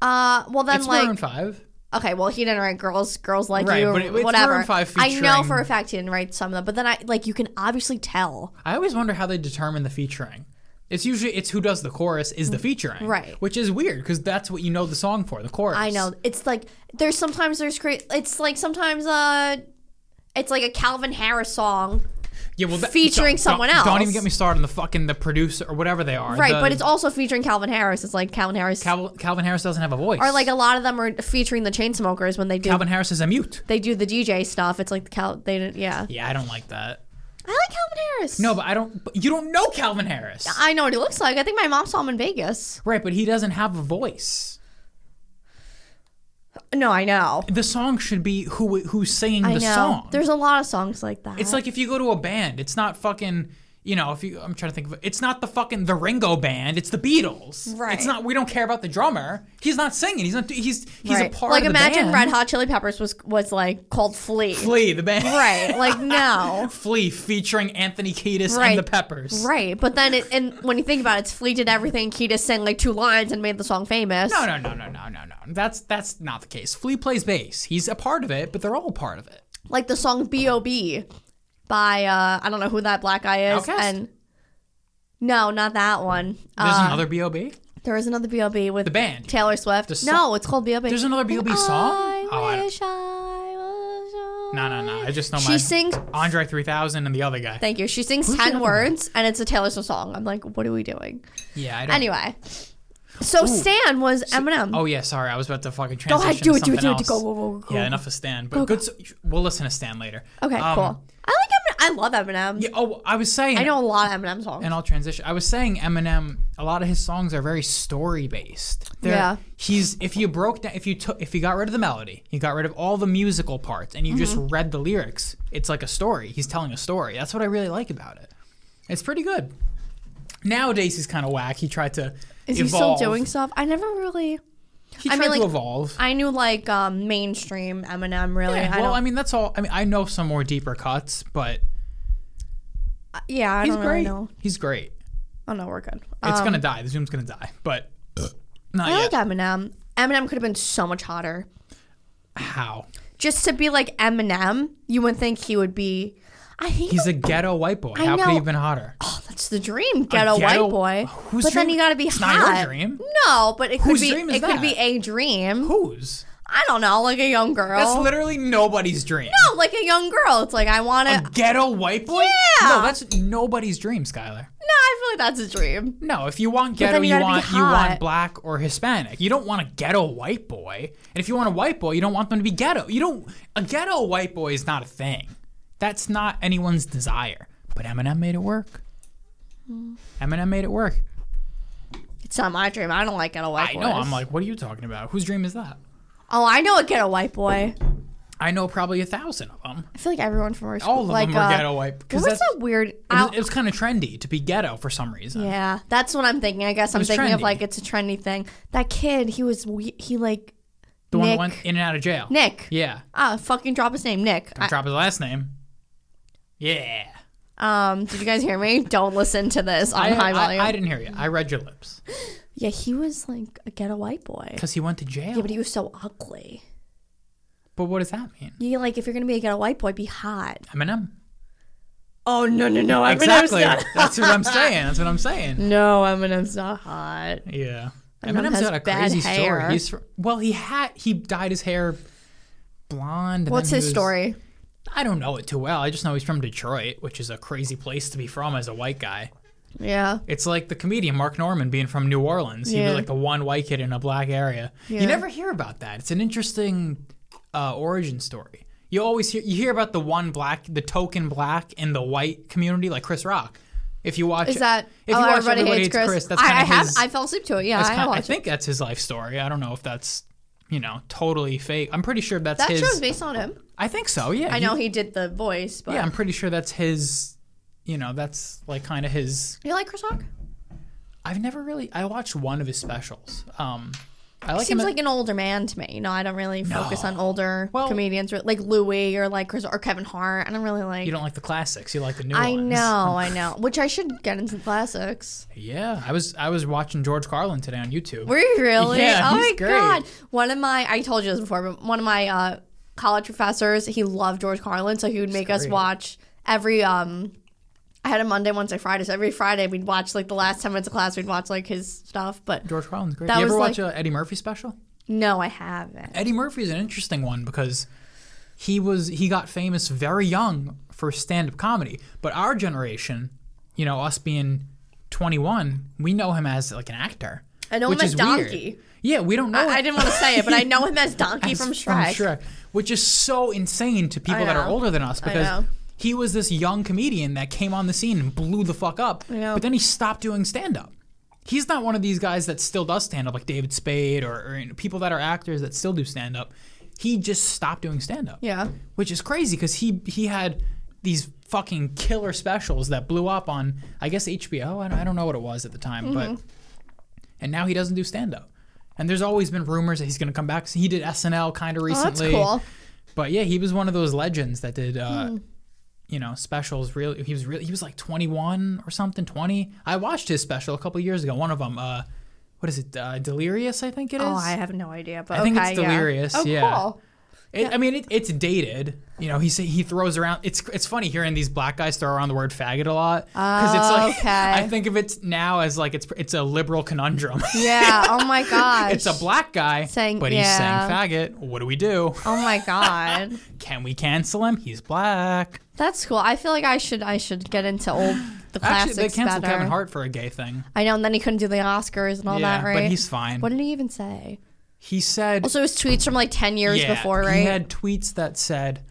B: uh, well then
A: it's
B: like,
A: Maroon Five
B: okay, well he didn't write girls, girls like
A: Right,
B: you,
A: but it- it's
B: whatever.
A: Maroon five
B: I know
A: featuring-
B: for a fact he didn't write some of them, but then I like you can obviously tell.
A: I always wonder how they determine the featuring. It's usually it's who does the chorus is the featuring,
B: Right.
A: Which is weird because that's what you know the song for, the chorus.
B: I know it's like there's sometimes there's great. It's like sometimes uh, it's like a Calvin Harris song.
A: Yeah, well, that-
B: Featuring
A: don't-
B: someone
A: don't- Don't
B: else.
A: even get me started on the fucking the producer or whatever they are.
B: Right,
A: The-
B: but it's also featuring Calvin Harris. It's like Calvin Harris
A: Cal- Calvin Harris doesn't have a voice.
B: or like a lot of them are featuring the chain smokers when they do
A: Calvin Harris is a mute.
B: they do the DJ stuff. It's like the Cal they didn't yeah.
A: Yeah, I don't like that.
B: I like Calvin Harris.
A: No, but I don't. But you don't know Calvin Harris,
B: I know what he looks like. I think my mom saw him in Vegas.
A: right? But he doesn't have a voice.
B: No, I know.
A: The song should be who who's singing
B: I
A: the
B: know.
A: song.
B: There's a lot of songs like that.
A: It's like if you go to a band, it's not fucking. You know, if you, I'm trying to think of, it's not the fucking the Ringo band. It's the Beatles.
B: Right.
A: It's not. We don't care about the drummer. He's not singing. He's not. He's he's
B: Right.
A: a part
B: like
A: of the
B: imagine
A: band.
B: Red Hot Chili Peppers was was like called
A: <laughs>
B: Flea.
A: Flea, the band.
B: Right. Like no.
A: <laughs> Flea featuring Anthony Kiedis
B: Right.
A: and the Peppers.
B: right. But then it, and when you think about it, it's Flea did everything. He just sang like two lines and made the song famous.
A: No, no, no, no, no, no, no. That's that's not the case. Flea plays bass. He's a part of it, but they're all a part of it.
B: Like the song B.O.B. by uh I don't know who that black guy is
A: Outkast?
B: and No, not that one.
A: There's
B: Uh,
A: another B.O.B.
B: There is another B.O.B. with
A: The band.
B: Taylor Swift.
A: The
B: no, it's called B.O.B.
A: There's another B.O.B. song?
B: I
A: Oh, I don't-
B: wish I was
A: No, no, no. I just know
B: yours.
A: my
B: She sings.
A: Andre 3000 and the other guy.
B: Thank you. She sings
A: the other
B: ten
A: one?
B: words, and it's a Taylor Swift song. I'm like, what are we doing?
A: yeah, I don't.
B: Anyway, so Stan was Eminem.
A: Oh yeah, sorry. I was about to fucking
B: go
A: transition.
B: ahead, do
A: to
B: it, do it, do
A: something
B: it. Go,
A: else.
B: go, go, go.
A: Yeah, enough of Stan. But good. s- We'll listen to Stan later.
B: Okay,
A: Um,
B: cool. I like Eminem. I love Eminem.
A: Yeah. Oh, I was saying.
B: I know a lot of Eminem songs.
A: And I'll transition. I was saying Eminem. A lot of his songs are very story based.
B: Yeah.
A: He's if you broke down if you took if you got rid of the melody, you got rid of all the musical parts, and you just
B: Mm-hmm.
A: read the lyrics. It's like a story. He's telling a story. That's what I really like about it. It's pretty good. Nowadays he's kind of whack. He tried to.
B: Is
A: evolve.
B: he still doing stuff? I never really.
A: He
B: I
A: tried
B: mean,
A: to
B: like,
A: evolve.
B: I knew like um, mainstream Eminem. Really,
A: Yeah,
B: I
A: well,
B: don't.
A: I mean, that's all. I mean, I know some more deeper cuts, but
B: yeah, I
A: he's
B: don't
A: great.
B: really know.
A: He's great.
B: Oh no, we're good.
A: It's gonna die. The Zoom's gonna die, but not
B: I
A: yet.
B: like Eminem. Eminem could have been so much hotter.
A: How?
B: Just to be like Eminem, you wouldn't think he would be. I hate
A: He's a ghetto white boy.
B: I
A: How could he
B: know.
A: have been
B: <gasps>
A: hotter?
B: that's the dream, ghetto,
A: ghetto-
B: white boy.
A: Whose
B: but then
A: dream-
B: you got to be
A: It's not
B: hot.
A: your dream.
B: No, but it could
A: Whose
B: be.
A: dream is
B: it could be
A: that?
B: a dream.
A: Whose?
B: I don't know, like a young girl.
A: That's literally nobody's dream.
B: no, like a young girl. It's like I want to.
A: A ghetto white boy?
B: Yeah.
A: No, that's nobody's dream, Skylar.
B: No, I feel like that's a dream.
A: No, if you want
B: then
A: ghetto,
B: you
A: you,
B: gotta be
A: want you
B: hot.
A: want black or Hispanic. You don't want a ghetto white boy. And if you want a white boy, you don't want them to be ghetto. You don't a ghetto white boy is not a thing. That's not anyone's desire. But Eminem made it work.
B: Hmm.
A: Eminem made it work.
B: It's not my dream. I don't like ghetto white
A: I
B: boys.
A: know. I'm like, what are you talking about? Whose dream is that?
B: oh, I know a ghetto white boy.
A: I know probably a thousand of them.
B: I feel like everyone from our school,
A: All of
B: like,
A: them are
B: uh,
A: ghetto white.
B: What
A: Because
B: was
A: that's
B: that weird?
A: it was,
B: out-
A: it was kind of trendy to be ghetto for some reason.
B: Yeah, that's what I'm thinking. I guess I'm
A: was
B: thinking of
A: trendy.
B: like it's a trendy thing. That kid, he was we- he like
A: the one
B: Nick.
A: that went in and out of jail.
B: Nick.
A: Yeah.
B: Ah, fucking drop his name, Nick. I,
A: Drop his last name. Yeah.
B: Um, did you guys hear me? <laughs> Don't listen to this on
A: I,
B: high
A: I,
B: volume.
A: I didn't hear you. I read your lips
B: yeah, he was like a ghetto white boy.
A: because he went to jail.
B: Yeah,
A: but,
B: but he was so ugly.
A: what does that mean?
B: You like if you're gonna be a ghetto white boy, be hot.
A: Eminem.
B: Oh no no no! Eminem's
A: Exactly.
B: Not-
A: <laughs> That's what I'm saying. That's what I'm saying.
B: <laughs> no, Eminem's not hot.
A: Yeah.
B: Eminem
A: Eminem's
B: has
A: got a
B: bad
A: crazy
B: hair.
A: story. He's fr- well, he had he dyed his hair blonde. and
B: What's
A: then he
B: his
A: was-
B: story?
A: I don't know it too well. I just know he's from Detroit, which is a crazy place to be from as a white guy.
B: Yeah.
A: It's like the comedian Mark Norman being from New Orleans. He
B: Yeah.
A: was like the one white kid in a black area.
B: Yeah.
A: You never hear about that. It's an interesting uh, origin story. You always hear you hear about the one black, the token black in the white community, like Chris Rock. If you watch,
B: Is that?
A: if
B: oh,
A: you watch
B: everybody, hates Chris.
A: that's
B: I,
A: kind
B: I
A: of
B: have.
A: his,
B: I fell asleep to it. Yeah,
A: that's
B: I
A: kind- I
B: watched it.
A: think that's his life story. I don't know if that's you know totally fake. I'm pretty sure that's
B: That
A: his.
B: show's based on him.
A: I think so. Yeah,
B: I know he did the voice, but
A: yeah, I'm pretty sure that's his. You know, that's like kind of his
B: you like Chris Rock?
A: I've never really. I watched one of his specials. Um, I like
B: Seems
A: him.
B: like an older man to me. You know, I don't really focus on older
A: Well-
B: comedians or- like Louis or like Chris or Kevin Hart. I don't really like.
A: you don't like the classics. You like the new
B: I
A: ones.
B: know, I <laughs> know. Which I should get into classics.
A: Yeah, I was I was watching George Carlin today on YouTube.
B: Were you really?
A: Yeah,
B: oh
A: he's
B: my
A: great.
B: god. One of my I told you this before, but one of my uh, college professors, he loved George Carlin, so he would make us
A: great.
B: watch every um I had a Monday, Wednesday, Friday, so every Friday we'd watch like the last ten minutes of class, we'd watch like his stuff, but
A: George Carlin's great.
B: That
A: you ever
B: was
A: watch
B: like-
A: a Eddie Murphy special?
B: no, I haven't.
A: Eddie Murphy's an interesting one because he was he got famous very young for stand-up comedy. But our generation, you know, us being 21, we know him as like an actor.
B: I know him
A: which
B: as
A: is weird.
B: Donkey.
A: Yeah, we don't know.
B: I, I didn't want to say it, but I know him Oh, as Donkey
A: as
B: from Shrek.
A: which is so insane to people
B: I
A: that are
B: know.
A: older than us because
B: know.
A: he was this young comedian that came on the scene and blew the fuck up.
B: know.
A: But then he stopped doing stand up. He's not one of these guys that still does stand up, like David Spade or, or you know, people that are actors that still do stand up. He just stopped doing stand up.
B: Yeah.
A: Which is crazy because he he had these fucking killer specials that blew up on I guess HBO. I don't, I don't know what it was at the time, but
B: Mm-hmm.
A: and now he doesn't do stand up. And there's always been rumors that he's going to come back. So he did SNL kind of
B: Oh, that's
A: recently.
B: cool. Hmm.
A: But yeah, he was one of those legends that did uh, you know, specials really he was really he was like 21 or something, 20. I watched his special a couple years ago. One of them uh what is it? Uh, Delirious, I think it is.
B: Oh, I have no idea, but
A: I think
B: okay,
A: it's
B: yeah.
A: Delirious,
B: Oh,
A: yeah.
B: cool.
A: It, I mean, it, it's dated. You know, he say, he throws around. It's it's funny hearing these black guys throw around the word faggot a lot because it's like
B: Oh, Okay.
A: <laughs> I think of it now as like it's it's a liberal conundrum. <laughs>
B: Yeah. Oh my gosh.
A: it's a black guy,
B: Saying-
A: but
B: yeah.
A: he's saying faggot. What do we do?
B: Oh my god.
A: Can we cancel him? He's black.
B: That's cool. I feel like I should I should get into old the
A: <gasps>
B: classics
A: Actually, they canceled
B: better.
A: Kevin Hart for a gay thing.
B: I know, and then he couldn't do the Oscars and all
A: yeah,
B: that, right?
A: but he's fine.
B: What did he even say?
A: he said
B: Also, his tweets from like ten years
A: yeah,
B: before, right?
A: He had tweets that said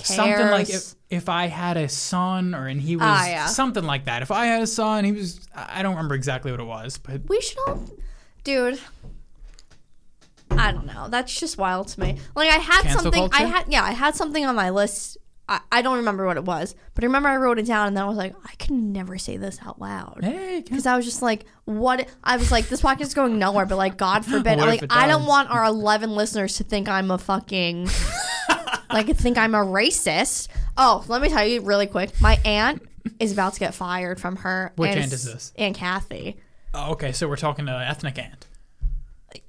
A: something like if,
B: Cares.
A: if I had a son or and he was
B: Ah, yeah.
A: something like that. If I had a son, he was I I don't remember exactly what it was, but
B: we should all, dude. I don't know. That's just wild to me. Like I had
A: Cancel
B: something. I
A: culture?
B: had yeah. I had something on my list. I, I don't remember what it was, but I remember I wrote it down, and then I was like, I can never say this out loud.
A: hey, can-
B: because I was just like, what? I was like, this podcast is going nowhere, but like, God forbid,
A: What if
B: like,
A: it
B: I don't
A: does?
B: want our 11 listeners to think I'm a
A: <laughs>
B: fucking, like, think I'm a racist. Oh, let me tell you really quick. My aunt is about to get fired from her.
A: Which
B: and
A: aunt is this?
B: Aunt Kathy.
A: oh, okay, so we're talking to ethnic aunt.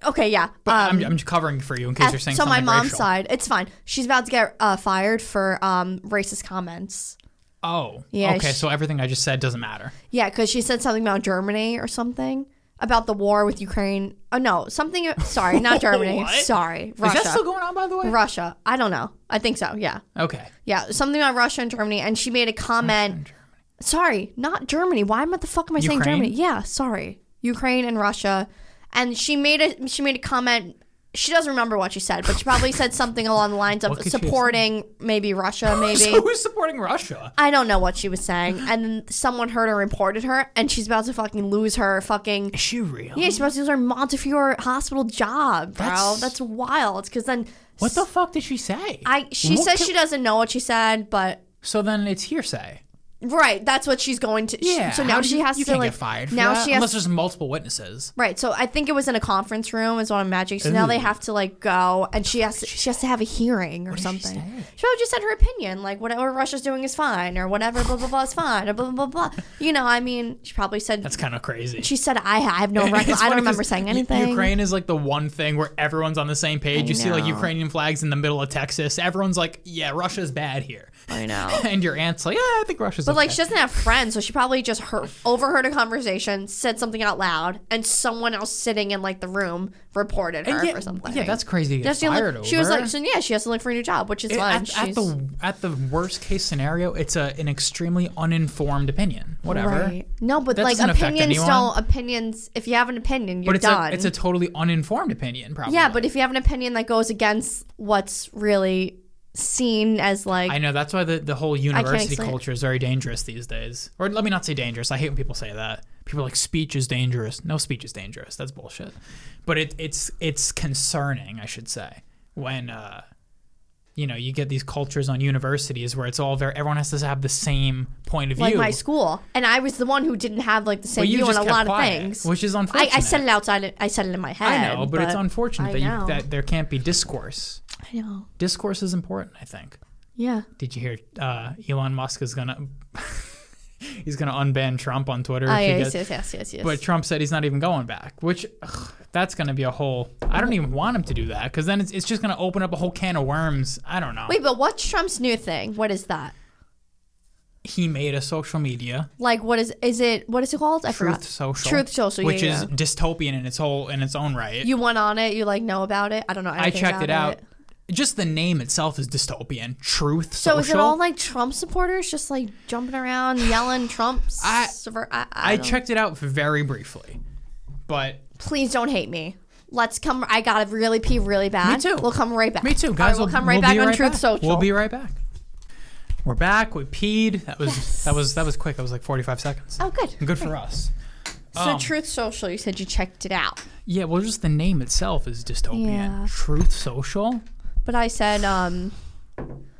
B: Okay, yeah.
A: But
B: um,
A: I'm, I'm just covering for you in case you're saying
B: so my
A: something
B: mom's
A: racial.
B: side, it's fine. She's about to get uh, fired for um, racist comments.
A: Oh,
B: Yeah,
A: okay,
B: she-
A: so everything I just said doesn't matter.
B: Yeah, because she said something about Germany or something about the war with Ukraine. Oh no, something.
A: <laughs>
B: Sorry, not Germany.
A: What?
B: sorry, Russia.
A: Is that still going on, by the way?
B: Russia. I don't know. I think so. Yeah.
A: Okay,
B: Yeah. Something about Russia and Germany. And she made a comment. Sorry, not Germany. Why am I the fuck am I saying
A: Ukraine?
B: Germany? Yeah, sorry. Ukraine and Russia. And she made a she made a comment she doesn't remember what she said, but she
A: <laughs>
B: probably said something along the lines of
A: What could she have
B: supporting maybe
A: <laughs>
B: Russia, maybe.
A: so who's supporting Russia?
B: I don't know what she was saying. And then someone heard and reported her, and she's about to fucking lose her fucking
A: Is she real?
B: yeah, she's about to lose her Montefiore hospital job, bro. That's,
A: That's-
B: wild. Because then
A: What the fuck did she say?
B: I she
A: What
B: says
A: can-
B: she doesn't know what she said, but
A: So then it's hearsay.
B: Right, that's what she's going to. she-
A: Yeah.
B: so now
A: how do
B: she
A: you,
B: has
A: you
B: to
A: can't
B: like
A: get fired. For
B: now
A: that,
B: she has-
A: unless there's multiple witnesses.
B: Right. So I think it was in a conference room is what I'm imagining. So now they
A: Ooh.
B: have to like go and she has to, she has to have a hearing or
A: did she
B: something.
A: say?
B: She probably just said her opinion, like whatever Russia's doing is fine or whatever blah blah blah is fine or blah blah blah. blah. You know, I mean, she probably said
A: That's kind of crazy.
B: she said I I have no
A: <laughs> It's
B: record. I
A: funny
B: don't
A: 'cause
B: remember saying
A: U-
B: anything.
A: Ukraine is like the one thing where everyone's on the same page. you see like
B: know.
A: Ukrainian flags in the middle of Texas. Everyone's like, "Yeah, Russia's bad here," <laughs>
B: I know.
A: and your aunt's like, "Yeah, I think Russia's."
B: But like
A: okay."
B: she doesn't have friends, so she probably just heard, overheard a conversation, said something out loud, and someone else sitting in like the room reported her
A: And yeah,
B: or something.
A: Yeah, that's crazy. To get
B: That's the
A: fired
B: only. She was
A: over.
B: like, so yeah, she has to look for a new job, which is
A: It-
B: fine.
A: at, at
B: She's-
A: the at the worst case scenario, it's a an extremely uninformed opinion. Whatever.
B: No, but
A: That
B: like
A: doesn't affect
B: opinions
A: anyone.
B: don't opinions. If you have an opinion, you're
A: But it's
B: done.
A: a it's a totally uninformed opinion, probably.
B: yeah, but if you have an opinion that goes against what's really seen as like
A: I know that's why the, the whole university
B: explain it.
A: culture is very dangerous these days. Or let me not say dangerous. I hate when people say that. People are like speech is dangerous. No speech is dangerous. That's bullshit. But it, it's it's concerning, I should say, when uh, you know you get these cultures on universities where it's all very everyone has to have the same point of
B: like
A: view.
B: my school, and I was the one who didn't have like the same
A: but you
B: view on
A: just
B: a
A: kept
B: lot
A: quiet,
B: of things.
A: which is
B: I,
A: unfortunate.
B: I said it outside. I said it in my
A: I
B: head.
A: know, but, it's unfortunate
B: I
A: that you,
B: know.
A: that there can't be discourse.
B: I know.
A: Discourse is important, I think.
B: Yeah.
A: Did you hear uh, Elon Musk is gonna <laughs> he's gonna unban Trump on Twitter?
B: Ah,
A: if he
B: yes,
A: gets-
B: yes, yes, yes, yes.
A: But Trump said he's not even going back, which ugh, that's gonna be a whole. I don't even want him to do that because then it's, it's just gonna open up a whole can of worms. I don't know.
B: Wait, but what's Trump's new thing? What is that?
A: He made a social media
B: Like, what is is it? What is it called? I
A: Truth
B: forgot.
A: Social,
B: Truth Social, yeah,
A: which is
B: yeah.
A: dystopian in its whole in its own right.
B: You went on it. You like know about it. I don't know.
A: I
B: anything
A: checked it
B: about
A: out. Just the name itself is dystopian. Truth
B: So
A: Social.
B: is it all like Trump supporters just like jumping around yelling Trump?
A: I-
B: subver- I, I
A: I
B: don't-
A: checked it out very briefly, but
B: Please don't hate me. Let's come. I gotta really pee really bad.
A: Me too.
B: We'll come right back.
A: Me too,
B: All right,
A: guys.
B: we'll come right
A: we'll
B: back
A: be
B: on
A: right
B: Truth
A: back.
B: Social.
A: We'll be right back. We're back. We peed. That was that was that was quick. That was like forty five seconds.
B: oh, good.
A: Good for us. Oh.
B: So Truth Social, you said you checked it out,
A: Yeah. Well, just the name itself is dystopian.
B: Yeah.
A: Truth Social.
B: but I said, um,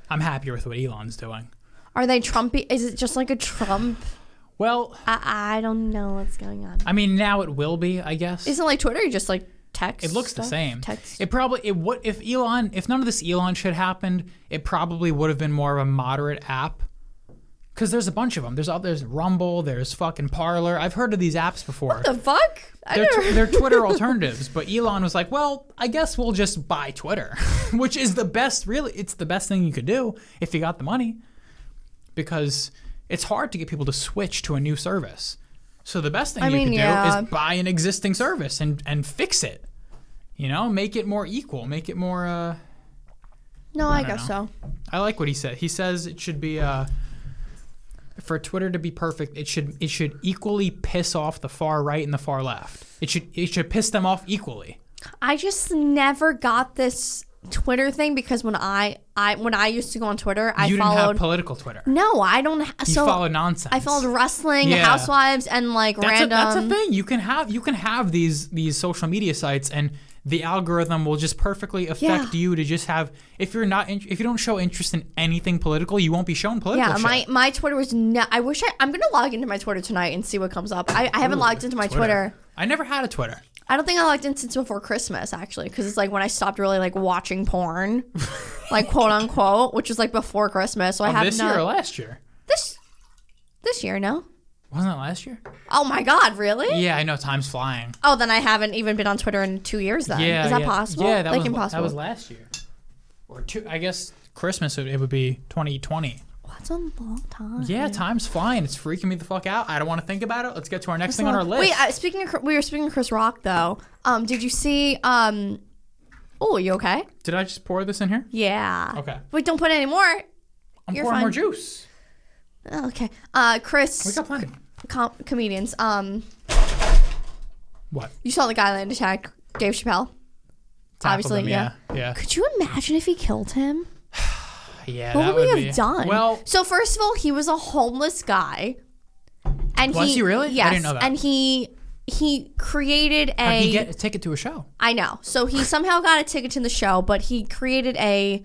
A: I'm happier with what Elon's doing.
B: are they Trumpy? Is it just like a Trump?
A: Well,
B: I, I don't know what's going on.
A: I mean, now it will be. I guess
B: Isn't it like Twitter? You just like text.
A: it looks the
B: stuff?
A: same.
B: Text.
A: It probably it would if Elon if none of this Elon shit happened, it probably would have been more of a moderate app. Cause there's a bunch of them. There's all there's Rumble. There's fucking Parlor. I've heard of these apps before.
B: the fuck? I
A: they're,
B: never-
A: tw- they're
B: <laughs>
A: Twitter alternatives, but Elon was like, "Well, I guess we'll just buy Twitter," <laughs> which is the best. Really, it's the best thing you could do if you got the money, because it's hard to get people to switch to a new service. So the best thing
B: I
A: you
B: mean,
A: can
B: yeah.
A: do is buy an existing service and and fix it. You know, make it more equal, make it more. Uh,
B: no, I,
A: don't
B: guess
A: know.
B: so.
A: I like what he said. He says it should be uh, for Twitter to be perfect. It should it should equally piss off the far right and the far left. It should it should piss them off equally.
B: I just never got this Twitter thing because when I I when I used to go on Twitter, I
A: you didn't have
B: followed
A: political Twitter.
B: No, I don't ha-
A: You
B: so
A: followed nonsense.
B: I followed wrestling,
A: Yeah.
B: housewives and like
A: that's a,
B: random
A: that's a thing. You can have you can have these these social media sites and the algorithm will just perfectly affect
B: Yeah.
A: you to just have if you're not in, if you don't show interest in anything political, you won't be shown political.
B: Yeah,
A: shit.
B: my, my Twitter was no I wish I I'm gonna log into my Twitter tonight and see what comes up. I, I haven't logged into my Twitter.
A: I never had a Twitter.
B: I don't think I logged in since before Christmas actually, because it's like when I stopped really like
A: <laughs>
B: watching porn, like quote unquote, which was like before Christmas. So I have
A: Oh, This
B: not
A: year or last year?
B: this this year no.
A: Wasn't it last year?
B: Oh my God, really?
A: Yeah, I know. Time's flying.
B: Oh, then I haven't even been on Twitter in two years. Then
A: Yeah,
B: Uh, is that
A: yeah.
B: possible?
A: Yeah, that
B: like
A: was
B: impossible.
A: That was last year, or two. I guess Christmas it, it would be 2020.
B: That's a long time.
A: Yeah, time's flying. It's freaking me the fuck out. I don't want to think about it. Let's get to our next thing on our list.
B: Wait, uh, speaking of Chris- we were speaking of Chris Rock though. Um, did you see? Um, oh, you okay?
A: Did I just pour this in here?
B: Yeah.
A: Okay,
B: Wait, don't put any more.
A: I'm
B: You're
A: pouring more
B: fine.
A: juice.
B: Okay. Uh,
A: We
B: Chris,
A: got plenty.
B: com- comedians. Um,
A: What?
B: you saw the guy that attacked Dave Chappelle.
A: Tap
B: Obviously,
A: of them,
B: yeah.
A: yeah,
B: Could you imagine if he killed him?
A: yeah. yeah
B: What
A: that
B: would we have
A: be-
B: done?
A: Well,
B: so first of all, he was a homeless guy, and
A: Was he really? I
B: Yes,
A: didn't know that.
B: and he he created a.
A: you get take it to a show.
B: I know. So he somehow got a ticket to the show, but he created a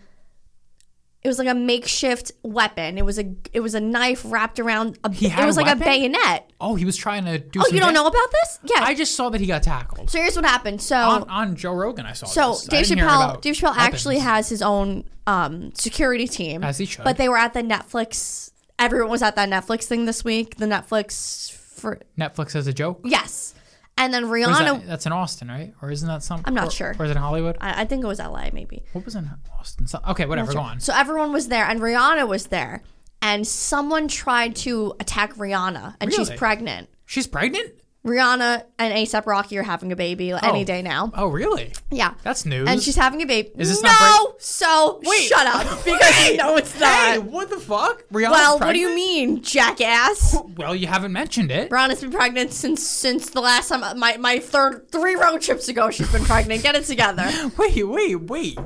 B: it was like a makeshift weapon. It was a it was a knife wrapped around a
A: He had
B: it was
A: a
B: like a
A: weapon?
B: bayonet.
A: Oh, he was trying to do.
B: Oh,
A: some
B: you don't
A: da-
B: know about this? Yeah.
A: I just saw that he got tackled
B: so here's what happened. So
A: on, on Joe Rogan. I saw.
B: So
A: this. I
B: Dave
A: didn't hear
B: Chappelle,
A: about
B: Dave Chappelle actually
A: weapons.
B: has his own um, security team,
A: As he should.
B: But they were at the Netflix. Everyone was at that Netflix thing this week. The Netflix for
A: Netflix as a joke.
B: yes, and then
A: Or is
B: Rihanna.
A: that, that's in Austin, right? Or isn't that something?
B: I'm not
A: or,
B: sure.
A: Or is it in Hollywood?
B: I, I think it was LA, maybe.
A: What was in Austin? So- okay, whatever. Go on.
B: So everyone was there, and Rihanna was there, and someone tried to attack Rihanna, and she's
A: Really?
B: pregnant.
A: She's pregnant.
B: Rihanna and ASAP Rocky are having a baby any
A: Oh.
B: day now.
A: Oh, really?
B: Yeah.
A: That's news.
B: and she's having a baby.
A: Is this
B: no,
A: not
B: so
A: Wait. <laughs>
B: shut up because <laughs> you know it's not.
A: Hey, what the fuck? Rihanna's
B: Well, what do you
A: pregnant?
B: mean, jackass?
A: Well, you haven't mentioned it.
B: Brianna's been pregnant since since the last time uh, my my third three road trips ago. She's been pregnant. Get it together.
A: <laughs> Wait, wait, wait.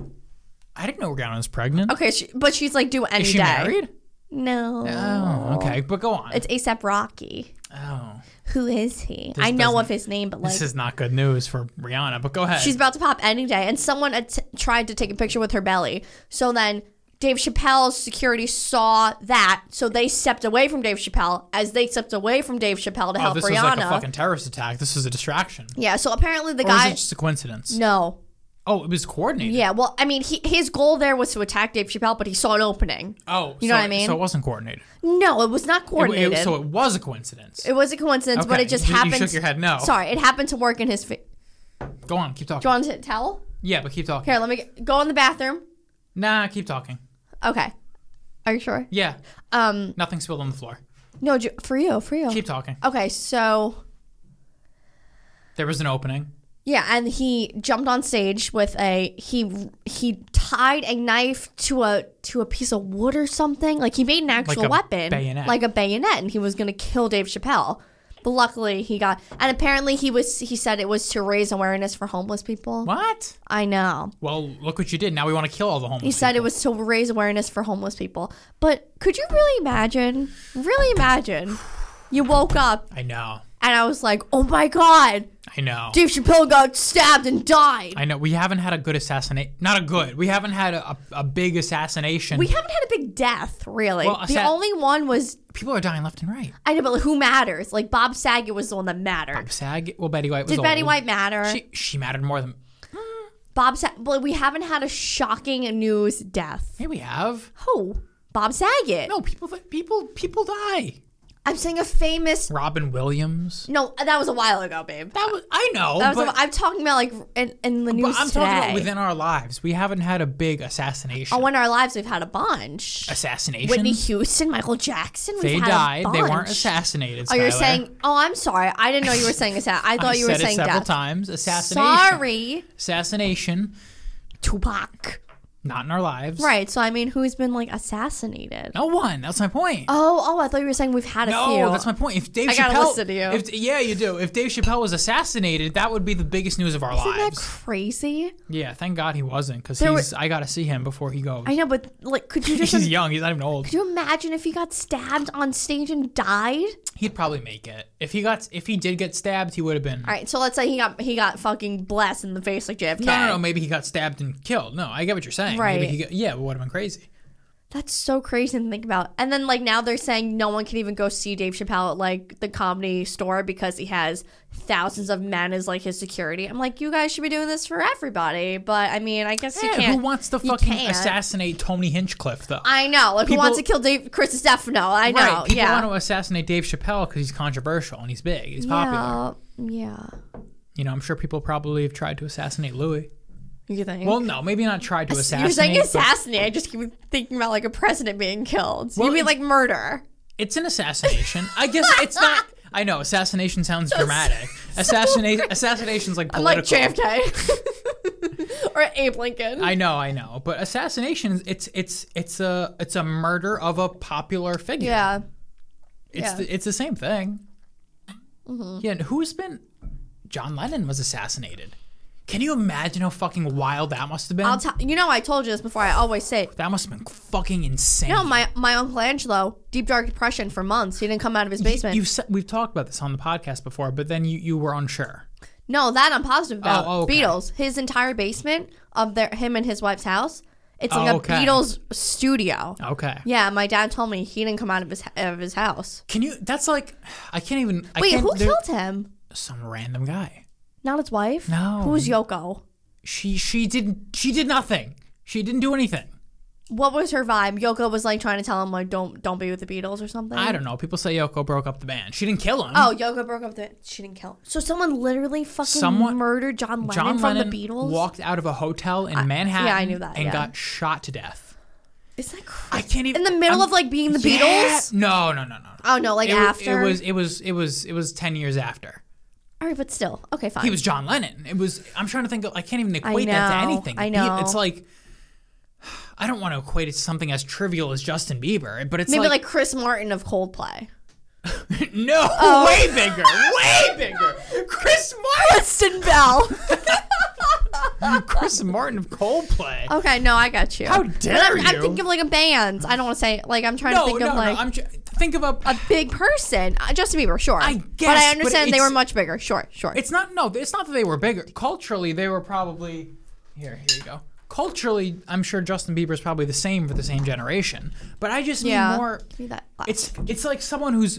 A: I didn't know Rihanna was pregnant.
B: Okay, she, but she's like due any
A: Is she
B: day.
A: married?
B: No,
A: Oh, okay. But go on.
B: it's ASAP Rocky.
A: oh,
B: Who is he? I know of his name, but like
A: this is not good news for Rihanna. But go ahead.
B: she's about to pop any day. And someone at- tried to take a picture with her belly. So then. Dave Chappelle's security saw that, so they stepped away from Dave Chappelle. As they stepped away from Dave Chappelle to
A: oh,
B: help
A: this
B: Rihanna,
A: was like a fucking terrorist attack. This was a distraction.
B: yeah. So apparently the
A: Or was
B: guy,
A: it just a coincidence?
B: no,
A: Oh, it was coordinated.
B: Yeah, well, I mean, he, his goal there was to attack Dave Chappelle, but he saw an opening.
A: Oh,
B: You
A: so,
B: know what I mean?
A: So it wasn't coordinated.
B: No, it was not
A: It- it-
B: coordinated. It,
A: so it was a coincidence.
B: was a coincidence, but
A: Okay,
B: it just
A: you- you
B: happened.
A: shook your head no.
B: Sorry, it happened to work in his. Fa- Do
A: go on, keep
B: you
A: talking.
B: want to towel?
A: Yeah, but keep talking.
B: Here, let me get, go in the bathroom.
A: Nah, keep talking.
B: Okay, are you sure?
A: Yeah,
B: Um,
A: nothing spilled on the floor.
B: no, ju- for you, for you.
A: Keep talking.
B: Okay, so
A: There was an opening.
B: Yeah, and he jumped on stage with a he he tied a knife to a to a piece of wood or something. Like he made an actual
A: a
B: weapon,
A: bayonet.
B: like a bayonet, and he was gonna kill Dave Chappelle. But luckily, he got and apparently he was he said it was to raise awareness for homeless people.
A: What?
B: I know.
A: Well, look what you did. Now we want to kill all the homeless.
B: He said it was to raise awareness for homeless people. But could you really imagine? Really imagine? You woke up
A: I know.
B: and I was like, "Oh my god,
A: I know.
B: Dave Chappelle got stabbed and died."
A: I know. We haven't had a good assassination. Not a good. We haven't had a, a, a big assassination.
B: We haven't had a big death, really.
A: Well,
B: the
A: Sa-
B: only one was
A: People are dying left and right.
B: I know, but who matters? Like Bob Saget was the one that mattered.
A: SAG. Well, Betty White was
B: Did Betty
A: old.
B: White matter?
A: She, she mattered more than.
B: Bob Saget. Well, we haven't had a shocking news death.
A: Hey, we have.
B: Who? Bob Saget.
A: No, people. People. People die.
B: I'm saying a famous.
A: Robin Williams.
B: No, that was a while ago, babe.
A: That was. I know.
B: That was.
A: but,
B: a, I'm talking about like in, in the news
A: but I'm
B: today.
A: talking about within our lives. We haven't had a big assassination.
B: oh, in our lives, we've had a bunch.
A: assassination.
B: Whitney Houston, Michael Jackson. We've
A: they
B: had A
A: died.
B: bunch.
A: They weren't assassinated.
B: Oh, you're
A: Skylar.
B: saying? Oh, I'm sorry. I didn't know you were saying assassin. I thought
A: I
B: you
A: said
B: were saying
A: it several
B: death.
A: times. Assassination.
B: Sorry,
A: Assassination.
B: Tupac.
A: Not in our lives.
B: Right. So I mean, who's been like assassinated?
A: No one. That's my point.
B: Oh, oh, I thought you were saying we've had a
A: No,
B: few.
A: that's my point. If Dave
B: I
A: Chappelle,
B: gotta listen to you.
A: If, yeah, you do. If Dave Chappelle was assassinated, that would be the biggest news of our
B: Isn't that
A: lives.
B: crazy?
A: yeah, thank God he wasn't, because
B: There
A: he's. I gotta see him before he goes.
B: I know, but like, could you
A: <laughs>
B: just
A: he's
B: could
A: young. He's not even old.
B: you imagine if he got stabbed on stage and died?
A: He'd probably make it if he got. If he did get stabbed, he would have been.
B: All right, so let's say he got he got fucking blasted in the face like JFK.
A: No, no, no. Maybe he got stabbed and killed. No, I get what you're saying. Maybe
B: Right.
A: he got, yeah, it would have been crazy.
B: That's so crazy to think about. And then like now they're saying no one can even go see Dave Chappelle at like the comedy store because he has thousands of men as like his security. I'm like, you guys should be doing this for everybody, but I mean, I guess you
A: Yeah,
B: can't.
A: who wants to
B: you
A: fucking
B: can't.
A: assassinate Tony Hinchcliffe though?
B: I know. Like, who
A: People-
B: wants to kill Dave Chris Stefano? I know.
A: Right. People
B: yeah.
A: want to assassinate Dave Chappelle because he's controversial and he's big. He's popular.
B: Yeah, yeah.
A: You know, I'm sure people probably have tried to assassinate Louis.
B: You think?
A: Well, no, maybe not tried to assassinate.
B: You're saying
A: but
B: assassinate. I just keep thinking about like a president being killed.
A: Well,
B: you mean
A: it-
B: like murder?
A: It's an assassination. I guess it's not. I know assassination sounds
B: <laughs>
A: dramatic. Assassination, assassinations like political.
B: Like JFK <laughs> or Abe Lincoln?
A: I know, I know, but assassinations. It's it's it's a it's a murder of a popular figure.
B: yeah.
A: it's
B: yeah. Mm-hmm.
A: The, it's the same thing. Yeah, and who's been? John Lennon was assassinated. Can you imagine how fucking wild that must have been?
B: I'll tell you know I told you this before. I always say it.
A: that must have been fucking insane.
B: no. My my uncle Angelo, deep dark depression for months. He didn't come out of his basement.
A: You've said, we've talked about this on the podcast before, but then you, you were unsure.
B: no, that I'm positive about.
A: Oh, okay.
B: Beatles. His entire basement of their him and his wife's house. It's
A: Oh,
B: like
A: okay.
B: a Beatles studio.
A: Okay.
B: Yeah, my dad told me he didn't come out of his of his house.
A: Can you? That's like, I can't even. I
B: Wait,
A: can't,
B: who
A: there-
B: killed him?
A: Some random guy.
B: Not his wife.
A: No.
B: Who was Yoko?
A: She she didn't. She did nothing. She didn't do anything.
B: What was her vibe? Yoko was like trying to tell him like don't don't be with the Beatles or something.
A: I don't know. People say Yoko broke up the band. She didn't kill him.
B: Mm. Oh, Yoko broke up the. She didn't kill. Him. So someone literally fucking
A: Someone-
B: murdered John Lennon
A: John
B: from
A: Lennon
B: the Beatles.
A: walked out of a hotel in Manhattan.
B: yeah, I knew that,
A: And
B: yeah.
A: got shot to death.
B: Is that crazy?
A: I can't even.
B: in the middle
A: I'm-
B: of like being the
A: Yeah.
B: Beatles?
A: No, no, no, no. no.
B: Oh no, like
A: it, wa-
B: after.
A: it was it was it was it was ten years after.
B: all right, but still, okay, fine.
A: He was John Lennon. It was. I'm trying to think. of I can't even equate that to
B: know,
A: anything. The
B: I
A: Beat-
B: know.
A: It's like. <sighs> I don't want to equate it to something as trivial as Justin Bieber, but it's
B: Maybe like, Chris Martin of Coldplay.
A: no
B: <laughs> oh.
A: way bigger, way bigger. Chris Martin, <laughs>
B: Kristen Bell.
A: Chris Martin of Coldplay.
B: okay, no, I got you.
A: How
B: But
A: dare
B: I'm, I'm
A: you.
B: thinking of like a band. I don't want to say like I'm trying
A: no,
B: to think
A: no,
B: of like
A: no. I'm ju- think of a.
B: a big person. Uh, Justin Bieber, sure.
A: I
B: but
A: guess,
B: I
A: but
B: understand they
A: it's-
B: were much bigger. Sure, sure.
A: It's not no. It's not that they were bigger. Culturally, they were probably here. Here you go. Culturally, I'm sure Justin Bieber's probably the same for the same generation. But I just
B: yeah.
A: mean more.
B: Give me that.
A: It's it's like someone who's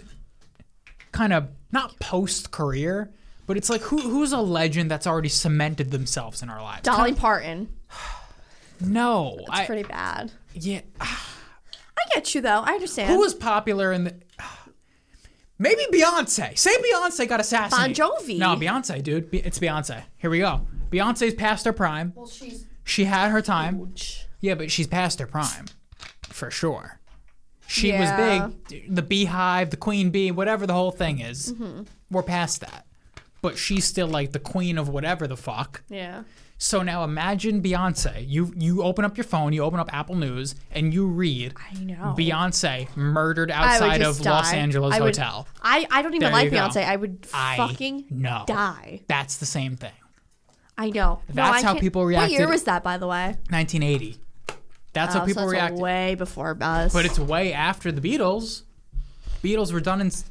A: kind of not post career, but it's like who who's a legend that's already cemented themselves in our lives.
B: Dolly Parton.
A: No, I
B: Pretty bad.
A: yeah.
B: I get you though. I understand.
A: Who was popular in the? <sighs> Maybe Beyonce. Say Beyonce got assassinated.
B: Bon Jovi.
A: No, Beyonce, dude. Be- It's Beyonce. Here we go. Beyonce's past her prime.
B: well, she's
A: She had her time.
B: huge.
A: Yeah, but she's past her prime, for sure. She
B: Yeah.
A: was big, the beehive, the queen bee, whatever the whole thing is.
B: Mm-hmm.
A: We're past that. But she's still like the queen of whatever the fuck.
B: Yeah.
A: So now imagine Beyonce. You you open up your phone, you open up Apple News, and you read
B: I know.
A: Beyonce murdered
B: Oh. I would
A: outside
B: just
A: of Los
B: die.
A: Angeles
B: I would-
A: hotel.
B: I, I don't even
A: There
B: like
A: you go.
B: Beyonce. I would
A: I
B: fucking
A: know.
B: die.
A: That's the same thing.
B: I know. No,
A: That's
B: I
A: how
B: can't-
A: people
B: What year
A: reacted.
B: was that, by the way?
A: 1980. That's how
B: Oh,
A: people
B: so that's
A: react.
B: way before us.
A: But it's way after the Beatles. Beatles were done in s-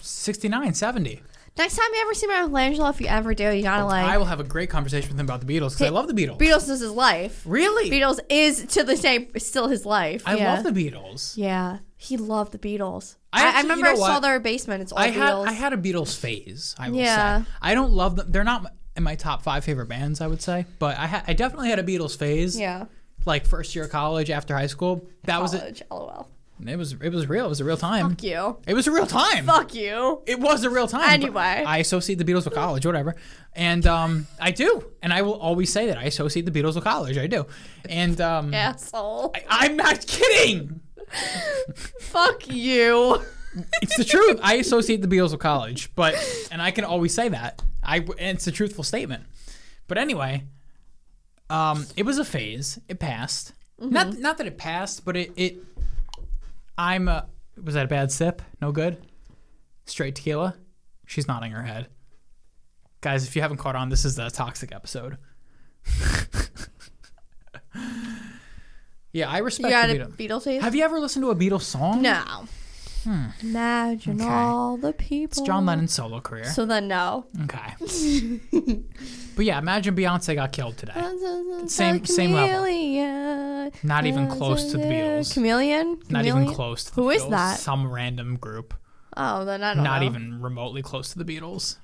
A: 69, 70
B: Next time you ever see Michelangelo, if you ever do, you gotta like.
A: I will have a great conversation with him about the Beatles because Oh, I love the Beatles.
B: Beatles is his life.
A: really?
B: Beatles is to the same, still his life.
A: I
B: yeah.
A: love the Beatles.
B: Yeah, he loved the Beatles.
A: I
B: I, I,
A: actually- you
B: remember
A: know
B: I saw
A: what?
B: their basement. It's all
A: I had
B: Beatles.
A: I had a Beatles phase. I will
B: Yeah.
A: say I don't love them. They're not m- in my top five favorite bands. I would say, but I ha- I definitely had a Beatles phase.
B: yeah,
A: Like first year of college after high school. That was it.
B: college. LOL.
A: It was it was real. It was a real time.
B: Fuck you.
A: It was a real time.
B: Fuck you. <laughs>
A: It was a real time. but
B: Anyway.
A: I associate the Beatles with college, whatever. And um, I do. And I will always say that I associate the Beatles with college. I do. And um,
B: Asshole.
A: I'm not kidding.
B: Fuck
A: <laughs>
B: you.
A: It's the truth. I associate the Beatles with college, but and I can always say that. I and it's a truthful statement. But anyway, um, it was a phase. It passed.
B: Mm-hmm.
A: Not not that it passed, but it it. I'm a. Was that a bad sip? No good. Straight tequila. She's nodding her head. Guys, if you haven't caught on, this is the toxic episode. <laughs> yeah, I
B: You
A: respect
B: got
A: the
B: a
A: Beatles.
B: Beatles face?
A: Have you ever listened to a Beatles song?
B: No. Imagine
A: Hmm. Okay.
B: all the people.
A: John Hmm. Lennon's solo career.
B: So then no.
A: Okay. but yeah, imagine Beyonce got killed today. Same- same level.
B: level.
A: Not even close to the Beatles.
B: Chameleon.
A: Not even
B: Chameleon?
A: close to the
B: Who
A: Beatles.
B: is that?
A: Some random group.
B: Oh, then I don't
A: Not
B: know.
A: even remotely close to the Beatles.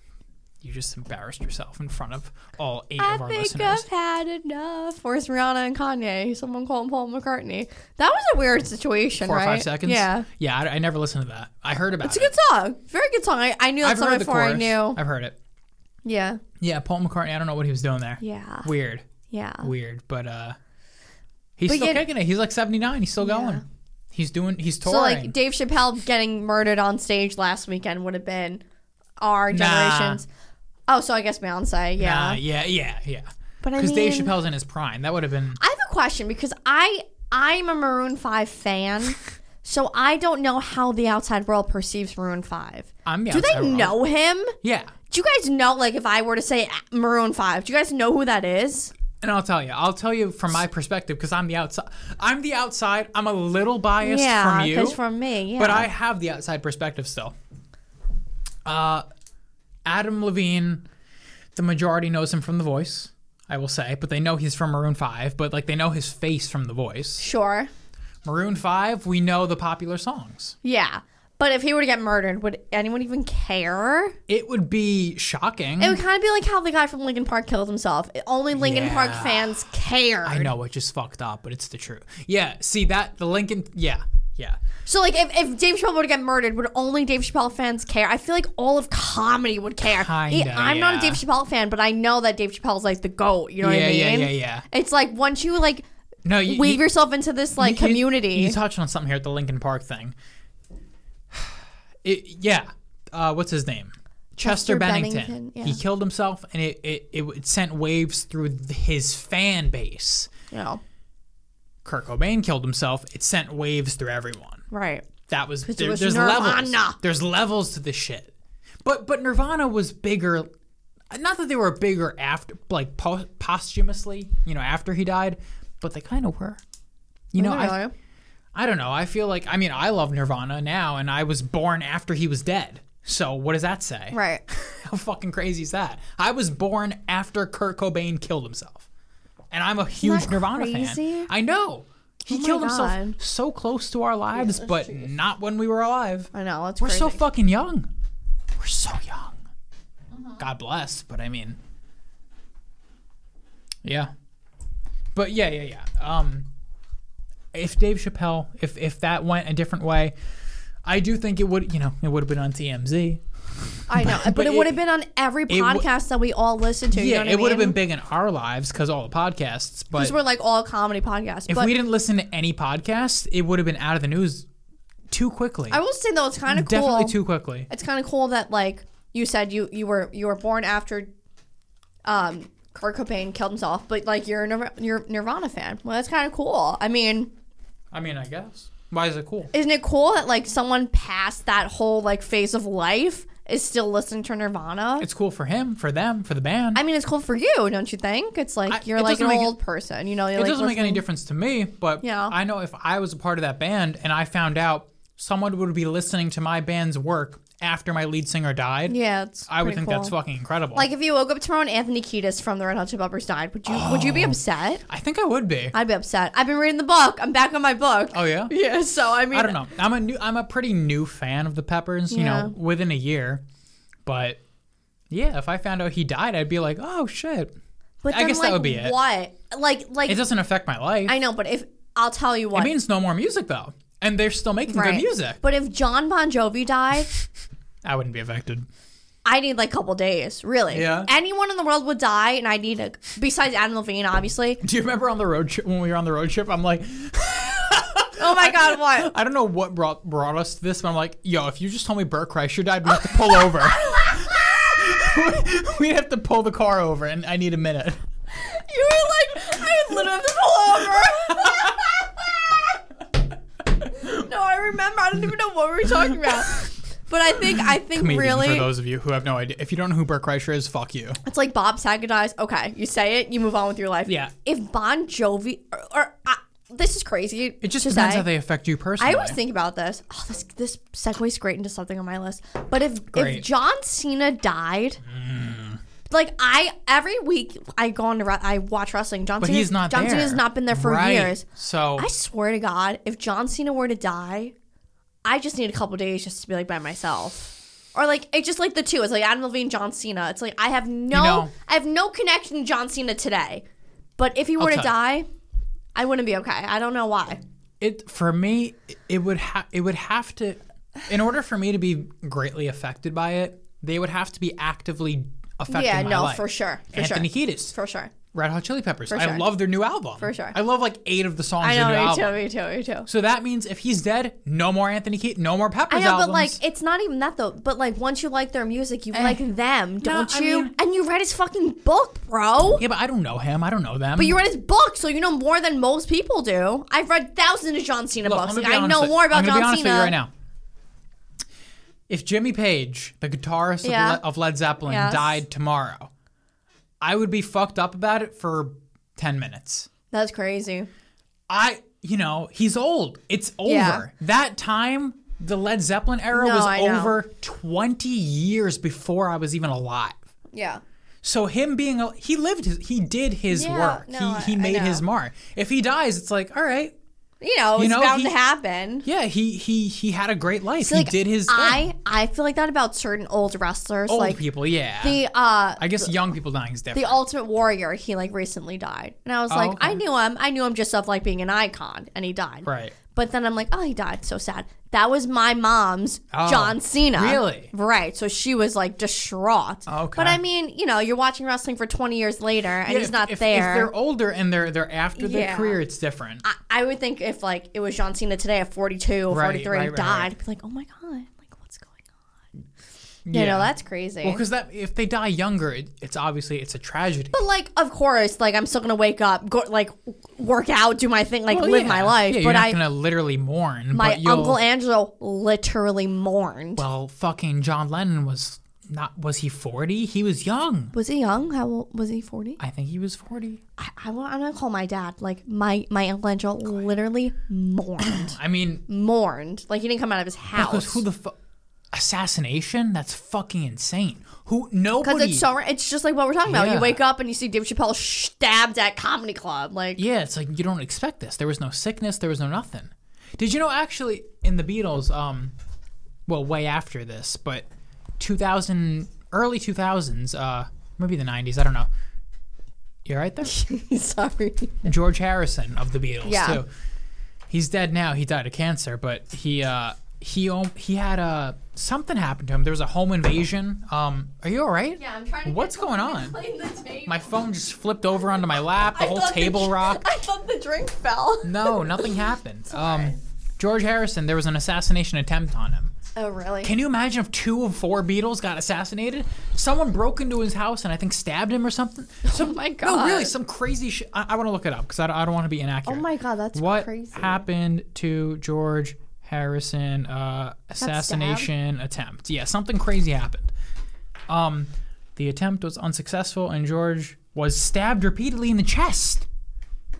A: You just embarrassed yourself in front of all eight
B: I
A: of our
B: think uh,
A: listeners.
B: I've had enough. Where's Rihanna and Kanye? Someone called Paul McCartney. That was a weird situation,
A: Four
B: right?
A: or five seconds.
B: Yeah.
A: Yeah, I, I never listened to that. I heard about
B: It's a
A: it.
B: good song. Very good song. I, I knew that
A: I've
B: song
A: heard the
B: before I
A: chorus.
B: knew.
A: I've heard it.
B: yeah.
A: Yeah, Paul McCartney. I don't know what he was doing there.
B: Yeah.
A: Weird.
B: Yeah.
A: Weird. But uh, he's
B: But
A: still
B: yet-
A: kicking it. He's like 79. He's still
B: Yeah.
A: going. He's doing. He's
B: So
A: touring.
B: like Dave Chappelle getting murdered on stage last weekend would have been our
A: Nah.
B: generations. Oh, so I guess Beyonce, yeah.
A: Nah, Uh, yeah. Yeah. Yeah.
B: but I
A: Because
B: mean,
A: Dave Chappelle's in his prime. That would have been.
B: I have a question because I I'm a Maroon Five fan,
A: <laughs>
B: so I don't know how the outside world perceives Maroon Five.
A: I'm
B: Do they know him?
A: Yeah.
B: Do you guys know? Like, if I were to say Maroon Five, do you guys know who that is?
A: And I'll tell you, I'll tell you from my perspective because I'm the outside. I'm the outside. I'm a little biased
B: yeah,
A: from you,
B: because from me, yeah.
A: but I have the outside perspective still. Uh, Adam Levine, the majority knows him from The Voice. I will say, but they know he's from Maroon 5, but like they know his face from the voice.
B: Sure.
A: Maroon 5, we know the popular songs.
B: Yeah. But if he were to get murdered, would anyone even care?
A: It would be shocking.
B: It would kind of be like how the guy from Lincoln Park killed himself. Only Lincoln Park
A: Yeah.
B: fans care.
A: I know, which is fucked up, but it's the truth. Yeah, see that the Lincoln yeah, yeah.
B: So like if, if Dave Chappelle were to get murdered, would only Dave Chappelle fans care? I feel like all of comedy would care.
A: Kinda,
B: I'm not a
A: yeah.
B: Dave Chappelle fan, but I know that Dave Chappelle's like the goat. You know what
A: yeah,
B: I mean?
A: yeah, yeah, yeah.
B: It's like once you like
A: No, you,
B: weave
A: you-
B: yourself into this like
A: you-
B: community.
A: You, touched on something here at the Lincoln Park thing. It, yeah, uh, what's his name? Chester,
B: Chester
A: Bennington.
B: Bennington, yeah.
A: He killed himself, and it it, it it sent waves through th- his fan base.
B: you know,
A: Kurt Cobain killed himself. It sent waves through everyone.
B: right?
A: That was, there-
B: was
A: there's levels.
B: Nirvana.
A: There's levels to this shit. But but Nirvana was bigger. Not that they were bigger after, like po- posthumously, you know, after he died, but they kind of were. You know, I,
B: Really?
A: I don't know. I feel like I mean I love Nirvana now, and I was born after he was dead. So what does that say?
B: right? <laughs>
A: How fucking crazy is that? I was born after Kurt Cobain killed himself, and I'm a huge
B: that
A: Nirvana
B: crazy? Oh
A: fan. I know he
B: my
A: killed himself
B: God.
A: so close to our lives, but not when we were alive.
B: I know that's
A: We're
B: crazy.
A: so fucking young. We're so young.
B: Uh-huh.
A: God bless, but I mean, yeah. But yeah, yeah, yeah. Um, if Dave Chappelle, if if that went a different way, I do think it would, you know, it would have been on TMZ.
B: I know, but,
A: but
B: it
A: it-
B: would have been on every
A: w-
B: podcast that we all listened to. you know
A: yeah,
B: what I
A: it would have
B: mean?
A: been big in our lives because all the podcasts. But
B: These were like all comedy podcasts.
A: if
B: but
A: we didn't listen to any podcast, it would have been out of the news too quickly.
B: I will say though, it's kind of cool.
A: Definitely too quickly.
B: it's kind of cool that like you said you you were you were born after um Kurt Cobain killed himself, but like you're a Nirv- you're a Nirvana fan. Well, that's kind of cool. I mean,
A: I mean, I guess. Why is it cool?
B: isn't it cool that like someone past that whole like phase of life is still listening to Nirvana?
A: It's cool for him, for them, for the band.
B: I mean, it's cool for you, don't you think? It's like
A: I-
B: you're
A: it
B: like
A: doesn't
B: an
A: make it-
B: old person, you know. You're
A: it
B: like,
A: doesn't make any
B: listening-
A: difference to me, but
B: Yeah.
A: I know if I was a part of that band and I found out someone would be listening to my band's work after my lead singer died,
B: Yeah, it's
A: I would
B: pretty
A: think that's
B: cool.
A: fucking incredible.
B: Like if you woke up tomorrow and Anthony Kiedis from the Red Hot Chili Peppers died, would you would
A: Oh.
B: you be upset?
A: I think I would be.
B: I'd be upset. I've been reading the book. I'm back on my book.
A: oh yeah?
B: <laughs> Yeah, so I mean,
A: I don't know. I'm a new I'm a pretty new fan of the Peppers, you
B: Yeah.
A: know, within a year. But yeah, if I found out he died, I'd be like, "Oh shit."
B: But
A: I
B: then,
A: guess that
B: like,
A: would be it.
B: What? Like, like
A: It doesn't affect my life.
B: I know, but if I'll tell you what,
A: it means no more music though. And they're still making
B: right?
A: good music.
B: But if John Bon Jovi died,
A: I wouldn't be affected. <laughs>
B: I need like a couple days, really.
A: Yeah.
B: Anyone in the world would die, and I need a. Besides Adam Levine, obviously.
A: Do you remember on the road trip when we were on the road trip? I'm like, <laughs>
B: Oh my God, what?
A: I don't know what brought brought us to this, but I'm like, yo, if you just told me Burt Kreischer died, we'd have to pull over. <laughs> we'd have to pull the car over, and I need a minute.
B: You were like, I would literally have to pull over. no, I remember. I don't even know what we were talking about. But I think, I think
A: Comedian,
B: really,
A: For those of you who have no idea, if you don't know who Burt Kreischer is, fuck you.
B: It's like Bob Saget dies. Okay, you say it, you move on with your life.
A: Yeah.
B: If Bon Jovi, or, or I this is crazy.
A: It just
B: to
A: depends
B: say.
A: how they affect you personally.
B: I always think about this. Oh, this this segues great into something on my list. But if
A: Great.
B: if John Cena died, like I every week I go on to re- I watch wrestling. John
A: but
B: Cena's-
A: he's not
B: John
A: there.
B: Cena's not been there for
A: Right.
B: years.
A: So
B: I swear to God, if John Cena were to die, I just need a couple days just to be like by myself. Or like it's just like the two. It's like Adam Levine, John Cena. It's like I have no
A: know-
B: I have no connection to John Cena today. But if he were to
A: tell you.
B: die, I wouldn't be okay. I don't know why.
A: it for me, it would ha- it would have to, in order for me to be greatly affected by it, they would have to be actively affecting
B: yeah,
A: my
B: no,
A: life.
B: for sure. For
A: Anthony
B: sure.
A: Kiedis.
B: For sure.
A: Red Hot Chili Peppers.
B: sure.
A: I love their new album. For
B: sure.
A: I love like eight of the songs.
B: I
A: in their new
B: know, me
A: album.
B: too, me too, me too.
A: So that means if he's dead, no more Anthony Keaton, no more Peppers
B: I know,
A: albums. Eh.
B: but like it's not even that though. But like once you like their music, you like them, don't
A: I
B: you?
A: mean-
B: and you read his fucking book, bro.
A: yeah, but I don't know him. I don't know them.
B: But you read his book, so you know more than most people do. I've read thousands of John Cena
A: Look,
B: books.
A: I'm gonna
B: Like,
A: be
B: I
A: honest
B: know
A: with-
B: more about
A: I'm gonna be
B: John
A: honest
B: Cena.
A: With you right now. If Jimmy Page, the guitarist
B: Yeah.
A: of, Le- of Led Zeppelin,
B: Yes.
A: died tomorrow, I would be fucked up about it for ten minutes.
B: That's crazy.
A: I, you know, he's old. It's over.
B: Yeah.
A: That time, the Led Zeppelin era
B: No,
A: was
B: I know.
A: over twenty years before I was even alive.
B: Yeah.
A: So him being a, he lived his he did his
B: Yeah,
A: work.
B: no, I-
A: he he
B: I
A: made
B: know.
A: his mark. If he dies, it's like all right,
B: You know,
A: You
B: it's
A: know,
B: bound
A: he-
B: to happen.
A: yeah, he he he had a great life.
B: See,
A: he
B: like,
A: did his thing.
B: I I feel like that about certain old wrestlers,
A: old
B: like
A: people, yeah.
B: the uh
A: I guess young people dying is
B: the
A: different.
B: Ultimate Warrior. He like recently died, and I was
A: Oh,
B: like,
A: okay.
B: I knew him. I knew him just of like being an icon, and he died.
A: right.
B: But then I'm like, oh, he died. So sad. That was my mom's
A: Oh,
B: John Cena.
A: really?
B: Right. So she was like distraught.
A: Okay.
B: But I mean, you know, you're watching wrestling for 20 years later and
A: Yeah,
B: he's
A: if-
B: not
A: if, If
B: there.
A: they're older and they're they're after their
B: Yeah.
A: career, it's different.
B: I, I would think if like it was John Cena today at 42 or
A: Right,
B: 43
A: right,
B: and
A: right,
B: died,
A: right.
B: I'd be like, oh my God, like what's going on?
A: yeah,
B: You know, that's crazy.
A: well, because that if they die younger, it, it's obviously it's a tragedy.
B: but like, of course, like I'm still gonna wake up, go like work out, do my thing, like
A: Well,
B: live
A: yeah.
B: my life.
A: Yeah,
B: but
A: you're not
B: I,
A: gonna literally mourn.
B: my
A: but you'll,
B: uncle Angelo literally mourned.
A: well, fucking John Lennon was not was he forty? He was young.
B: was he young? How old was he? 40?
A: I think he was forty.
B: I, I want, I'm gonna call my dad. Like my my uncle Angelo literally
A: <coughs>
B: mourned,
A: I mean,
B: mourned. Like he didn't come out of his
A: because
B: house
A: who the fuck assassination? That's fucking insane. Who nobody?
B: it's so. It's just like what we're talking about.
A: Yeah.
B: You wake up and you see Dave Chappelle stabbed at comedy club. Like
A: yeah, it's like you don't expect this. There was no sickness. There was no nothing. Did you know actually in the Beatles? Um, well, way after this, but 2000, early 2000s, uh, maybe the 90s. I don't know. You all right there?
B: <laughs> sorry.
A: George Harrison of the Beatles
B: Yeah.
A: too. He's dead now. He died of cancer, but he uh he om- he had uh something happened to him. There was a home invasion. Um are you all right?
B: Yeah, I'm trying. To
A: What's going on?
B: Clean the table.
A: My phone just flipped over onto my lap. The
B: I
A: whole
B: thought the-
A: table rocked.
B: <laughs> I thought the drink fell.
A: No, nothing happened.
B: <laughs>
A: Um George Harrison, there was an assassination attempt on him.
B: Oh really?
A: Can you imagine if two of four Beatles got assassinated? Someone broke into his house and I think stabbed him or something. Some,
B: Oh my
A: No, really,
B: God.
A: some crazy shit. I, I want to look it up because I, don't- I don't want to be
B: oh
A: inaccurate
B: my god, that's
A: what
B: crazy.
A: happened to George Harrison uh, assassination attempt? Yeah, something crazy happened. Um, the attempt was unsuccessful, and George was stabbed repeatedly in the chest.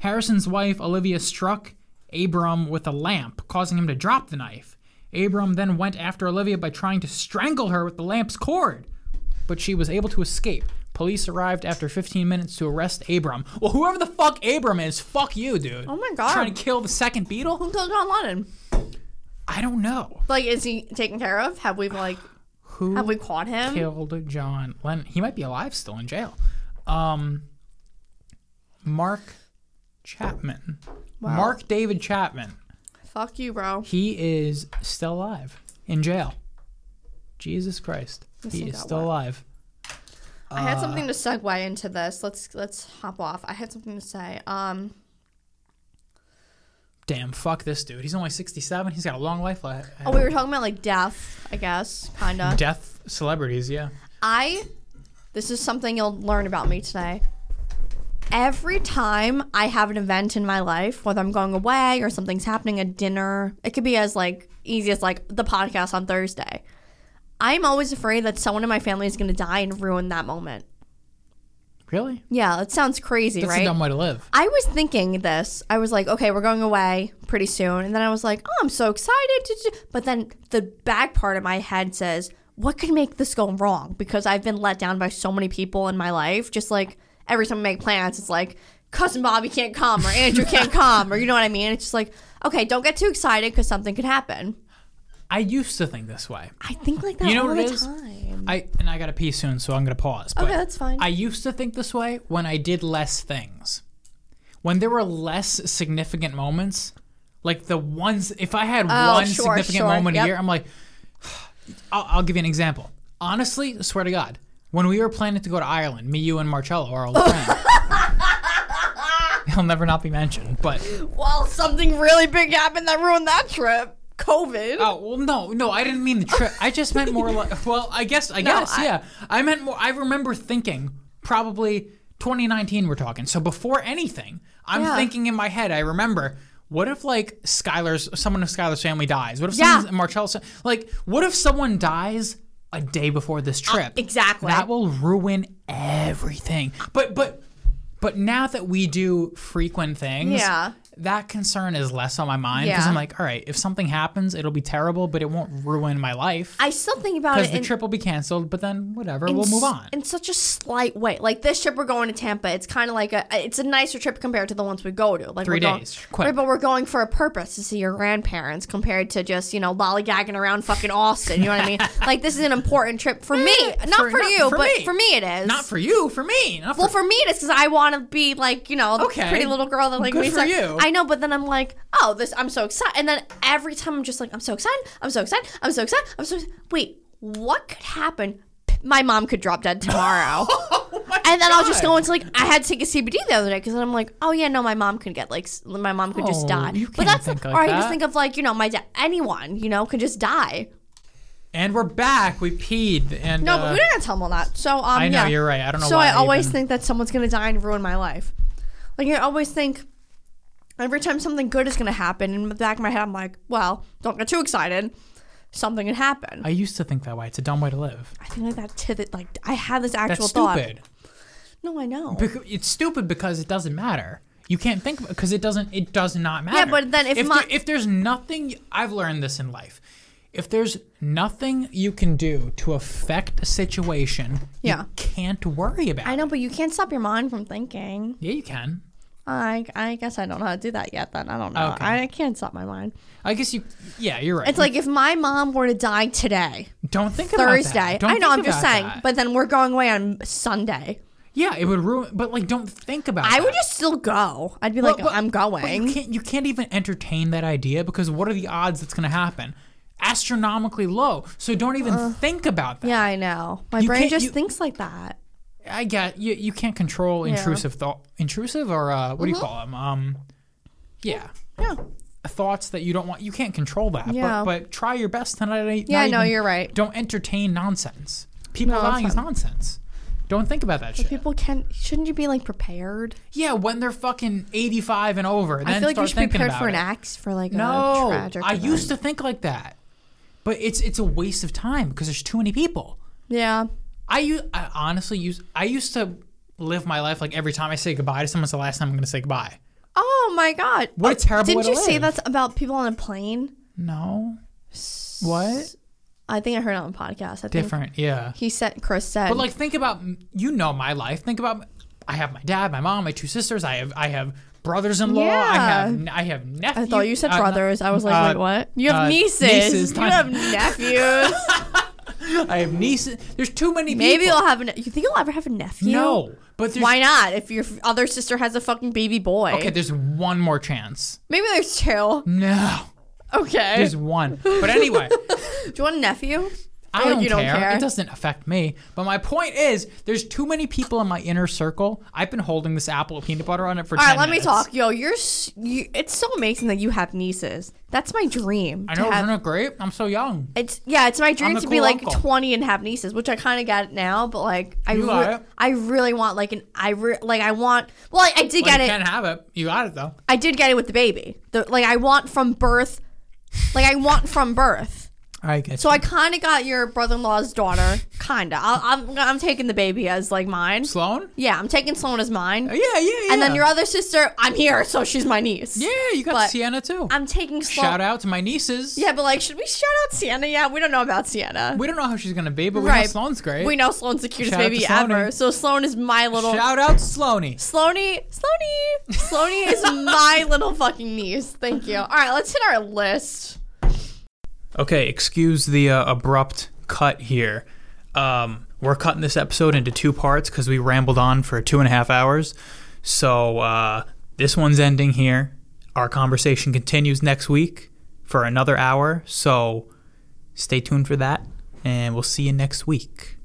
A: Harrison's wife Olivia struck Abram with a lamp, causing him to drop the knife. Abram then went after Olivia by trying to strangle her with the lamp's cord, but she was able to escape. Police arrived after 15 minutes to arrest Abram. Well, whoever the fuck Abram is, fuck you, dude.
B: Oh my God.
A: Trying to kill the second beetle?
B: Who killed John Lennon?
A: I don't know.
B: Like, is he taken care of? Have we like
A: Who
B: have we caught him?
A: killed John Lennon? He might be alive still in jail. Um, Mark Chapman. Mark David Chapman.
B: Fuck you, bro.
A: He is still alive in jail. Jesus Christ. he
B: thing
A: is
B: got
A: still
B: wet.
A: alive. Uh,
B: I had something to segue into this. Let's let's hop off. I had something to say. Um,
A: Damn, fuck this dude. He's only 67. He's got a long life left.
B: oh, we were talking about like death, I guess, kinda.
A: Death celebrities, yeah.
B: I this is something you'll learn about me today. Every time I have an event in my life, whether I'm going away or something's happening at dinner, it could be as like easy as like the podcast on Thursday. I'm always afraid that someone in my family is going to die and ruin that moment.
A: Really?
B: Yeah, that sounds crazy,
A: That's
B: right?
A: a dumb way to live.
B: I was thinking this. I was like, okay, we're going away pretty soon. And then I was like, oh, I'm so excited. to do-" But then the back part of my head says, what could make this go wrong? Because I've been let down by so many people in my life. Just like every time I make plans, it's like, cousin Bobby can't come or
A: <laughs>
B: Andrew can't come or you know what I mean? It's just like, okay, don't get too excited because something could happen.
A: I used to think this way.
B: I think like that
A: You know what
B: all the
A: it is?
B: time.
A: I and I gotta pee soon, so I'm gonna pause. but
B: Okay, that's fine.
A: I used to think this way when I did less things. When there were less significant moments, like the ones, if I had
B: Oh,
A: one
B: sure,
A: significant
B: sure,
A: moment
B: yep.
A: a year, I'm like, <sighs> I'll, I'll give you an example. Honestly, swear to God, when we were planning to go to Ireland, me, you, and Marcello, our
B: <laughs>
A: old friend, he'll never not be mentioned, but
B: well, something really big happened that ruined that trip. COVID. <laughs>
A: Oh well, no, no, I didn't mean the trip. I just meant more like. <laughs> Well, I guess, I guess,
B: I-
A: yeah. I meant more. I remember thinking probably 2019. We're talking. So before anything, I'm
B: Yeah.
A: thinking in my head. I remember. What if like Skylar's someone of Skylar's family dies? What if
B: Yeah.
A: someone's Marcellus? Like, what if someone dies a day before this
B: Uh,
A: trip?
B: exactly.
A: That will ruin everything. But but but now that we do frequent things,
B: Yeah.
A: that concern is less on my mind because
B: Yeah.
A: I'm like, all right, if something happens, it'll be terrible, but it won't ruin my life
B: I still think about
A: because
B: it.
A: the
B: in-
A: trip will be canceled. But then whatever,
B: in
A: we'll move
B: s-
A: on.
B: in such a slight way. Like this trip, we're going to Tampa. It's kind of like a it's a nicer trip compared to the ones we go to. Like
A: Three
B: we're going-
A: days, quick.
B: right? But we're going for a purpose to see your grandparents compared to just you know lollygagging around fucking Austin. You know
A: <laughs>
B: what I mean? like this is an important trip for me, not
A: for-
B: for,
A: not
B: you,
A: for
B: but
A: me.
B: for me it is.
A: Not for you, for me. Not
B: well,
A: for,
B: for me, it is because I want to be like you know the
A: Okay.
B: pretty little girl that like
A: Good
B: we
A: for
B: said-
A: you.
B: I know, but then I'm like, oh, this I'm so excited, and then every time I'm just like, I'm so excited, I'm so excited, I'm so excited, I'm so excited. wait, what could happen? P- My mom could drop dead tomorrow.
A: <laughs> Oh my
B: And then I'll just
A: God.
B: go into like I had to take a CBD the other day because I'm like, oh yeah, no, my mom could get like s- my mom could
A: Oh,
B: just die.
A: you
B: but
A: can't
B: that's
A: think like
B: or I
A: that.
B: just think of like you know my dad, anyone you know could just die.
A: And we're back. We peed. And
B: No,
A: uh,
B: but we didn't tell them all that. So um,
A: I know
B: yeah.
A: you're right. I don't know.
B: So
A: why
B: I always
A: even-
B: think that someone's gonna die and ruin my life. Like I always think every time something good is gonna happen in the back of my head, I'm like, well, don't get too excited. Something could happen.
A: I
B: I,
A: used to think that way. It's a dumb way to live.
B: think like that to the, like I had this
A: That's
B: actual thought.
A: stupid.
B: No, I know.
A: Becau- it's stupid because it doesn't matter. You can't think because it doesn't. It does not matter.
B: but then if my-
A: there- if there's nothing, I've learned this in life. If there's nothing you can do to affect a situation,
B: Yeah.
A: you can't worry about.
B: I
A: it.
B: know, but you can't stop your mind from thinking.
A: Yeah, you can.
B: I, I guess I don't know how to do that yet. Then I don't know.
A: Okay.
B: I, I can't stop my mind.
A: I guess you. Yeah, you're right.
B: It's like if my mom were to die today,
A: don't think about that.
B: Thursday.
A: Don't
B: I know.
A: think
B: I'm just
A: about
B: saying.
A: that.
B: But then we're going away on Sunday.
A: yeah, it would ruin. But like, don't think about.
B: I
A: that.
B: would just still go. I'd be like,
A: But- but-
B: I'm
A: but you
B: going.
A: can't. You can't even entertain that idea because what are the odds that's going to happen? Astronomically low. So don't even think about that.
B: Yeah, I know. My
A: You
B: brain
A: can't-
B: just
A: you-
B: thinks like that.
A: I get you. You can't control intrusive thought, intrusive or uh, what do you
B: Mm-hmm.
A: call them? Um, yeah,
B: Yeah.
A: thoughts that you don't want. You can't control that.
B: Yeah.
A: But, but try your best to not. not
B: Yeah, I know,
A: even-
B: you're right.
A: Don't entertain nonsense. People
B: No, that's
A: lying is nonsense. Don't think about that shit.
B: People can. Shouldn't you be like prepared?
A: yeah, when they're fucking eighty-five and over, then
B: I feel like
A: start
B: you should be
A: thinking
B: prepared
A: about
B: for an
A: it.
B: axe for like a
A: No,
B: tragic.
A: I
B: event.
A: used to think like that, but it's it's a waste of time because there's too many people.
B: Yeah.
A: I u- I honestly use I used to live my life like every time I say goodbye to someone, it's the last time I'm going to say goodbye.
B: Oh my god.
A: What a
B: Oh,
A: terrible way
B: Didn't
A: to
B: you say
A: live.
B: that's about people on a plane?
A: No. What?
B: I think I heard it on a podcast. I think
A: Different, yeah.
B: He said, Chris said,
A: But like, think about you know my life. Think about I have my dad, my mom, my two sisters. I have I have brothers-in-law. I have I have nephews.
B: I thought you said
A: uh,
B: brothers. I was like,
A: uh,
B: wait, what? You have
A: uh,
B: nieces.
A: nieces.
B: You have nephews.
A: <laughs> I have nieces. There's too many.
B: Maybe
A: people.
B: you'll have a. Ne- you think you'll ever have a nephew?
A: no. But there's
B: Why not? If your f- other sister has a fucking baby boy.
A: okay. There's one more chance.
B: Maybe there's two.
A: No.
B: Okay.
A: There's one. But anyway,
B: Do you want a nephew?
A: I
B: Or
A: don't,
B: you don't
A: care.
B: care.
A: It doesn't affect me. But my point is, there's too many people in my inner circle. I've been holding this apple with peanut butter on it for.
B: All
A: 10
B: right, let
A: minutes.
B: me talk. Yo, you're. s- You, it's so amazing that you have nieces. That's my dream.
A: I
B: to
A: know,
B: have-
A: isn't it great? I'm so young.
B: It's yeah, it's my
A: I'm
B: dream
A: the
B: to be
A: cool
B: like
A: uncle.
B: 20 and have nieces, which I kind of get it now, but like I
A: You
B: re-
A: got it.
B: I really want like an I re- like I want well I, I did
A: Well,
B: get
A: you
B: it
A: can't have it. You got it though.
B: I did get it with the baby. The, like I want from birth like I want from birth.
A: I get
B: So I kind of got your brother-in-law's daughter, kind of. I'm I'm taking the baby as like mine.
A: Sloan?
B: Yeah, I'm taking Sloan as mine.
A: Oh, Yeah, yeah, yeah.
B: And then your other sister, I'm here, so she's my niece.
A: Yeah, you got
B: But
A: Sienna too.
B: I'm taking Sloan.
A: Shout out to my nieces.
B: Yeah, but like, should we shout out Sienna? Yeah, we don't know about Sienna.
A: We don't know how she's gonna be, but we know
B: Right.
A: Sloan's great.
B: We know Sloane's the cutest
A: Shout out
B: baby
A: to Sloane.
B: ever. So Sloane is my little
A: Shout out Sloaney.
B: Sloane. Sloane. Sloane
A: <laughs>
B: is my little fucking niece. Thank you. All right, let's hit our list.
A: Okay, excuse the uh, abrupt cut here. Um, we're cutting this episode into two parts because we rambled on for two and a half hours. So uh, this one's ending here. Our conversation continues next week for another hour. So stay tuned for that, and we'll see you next week.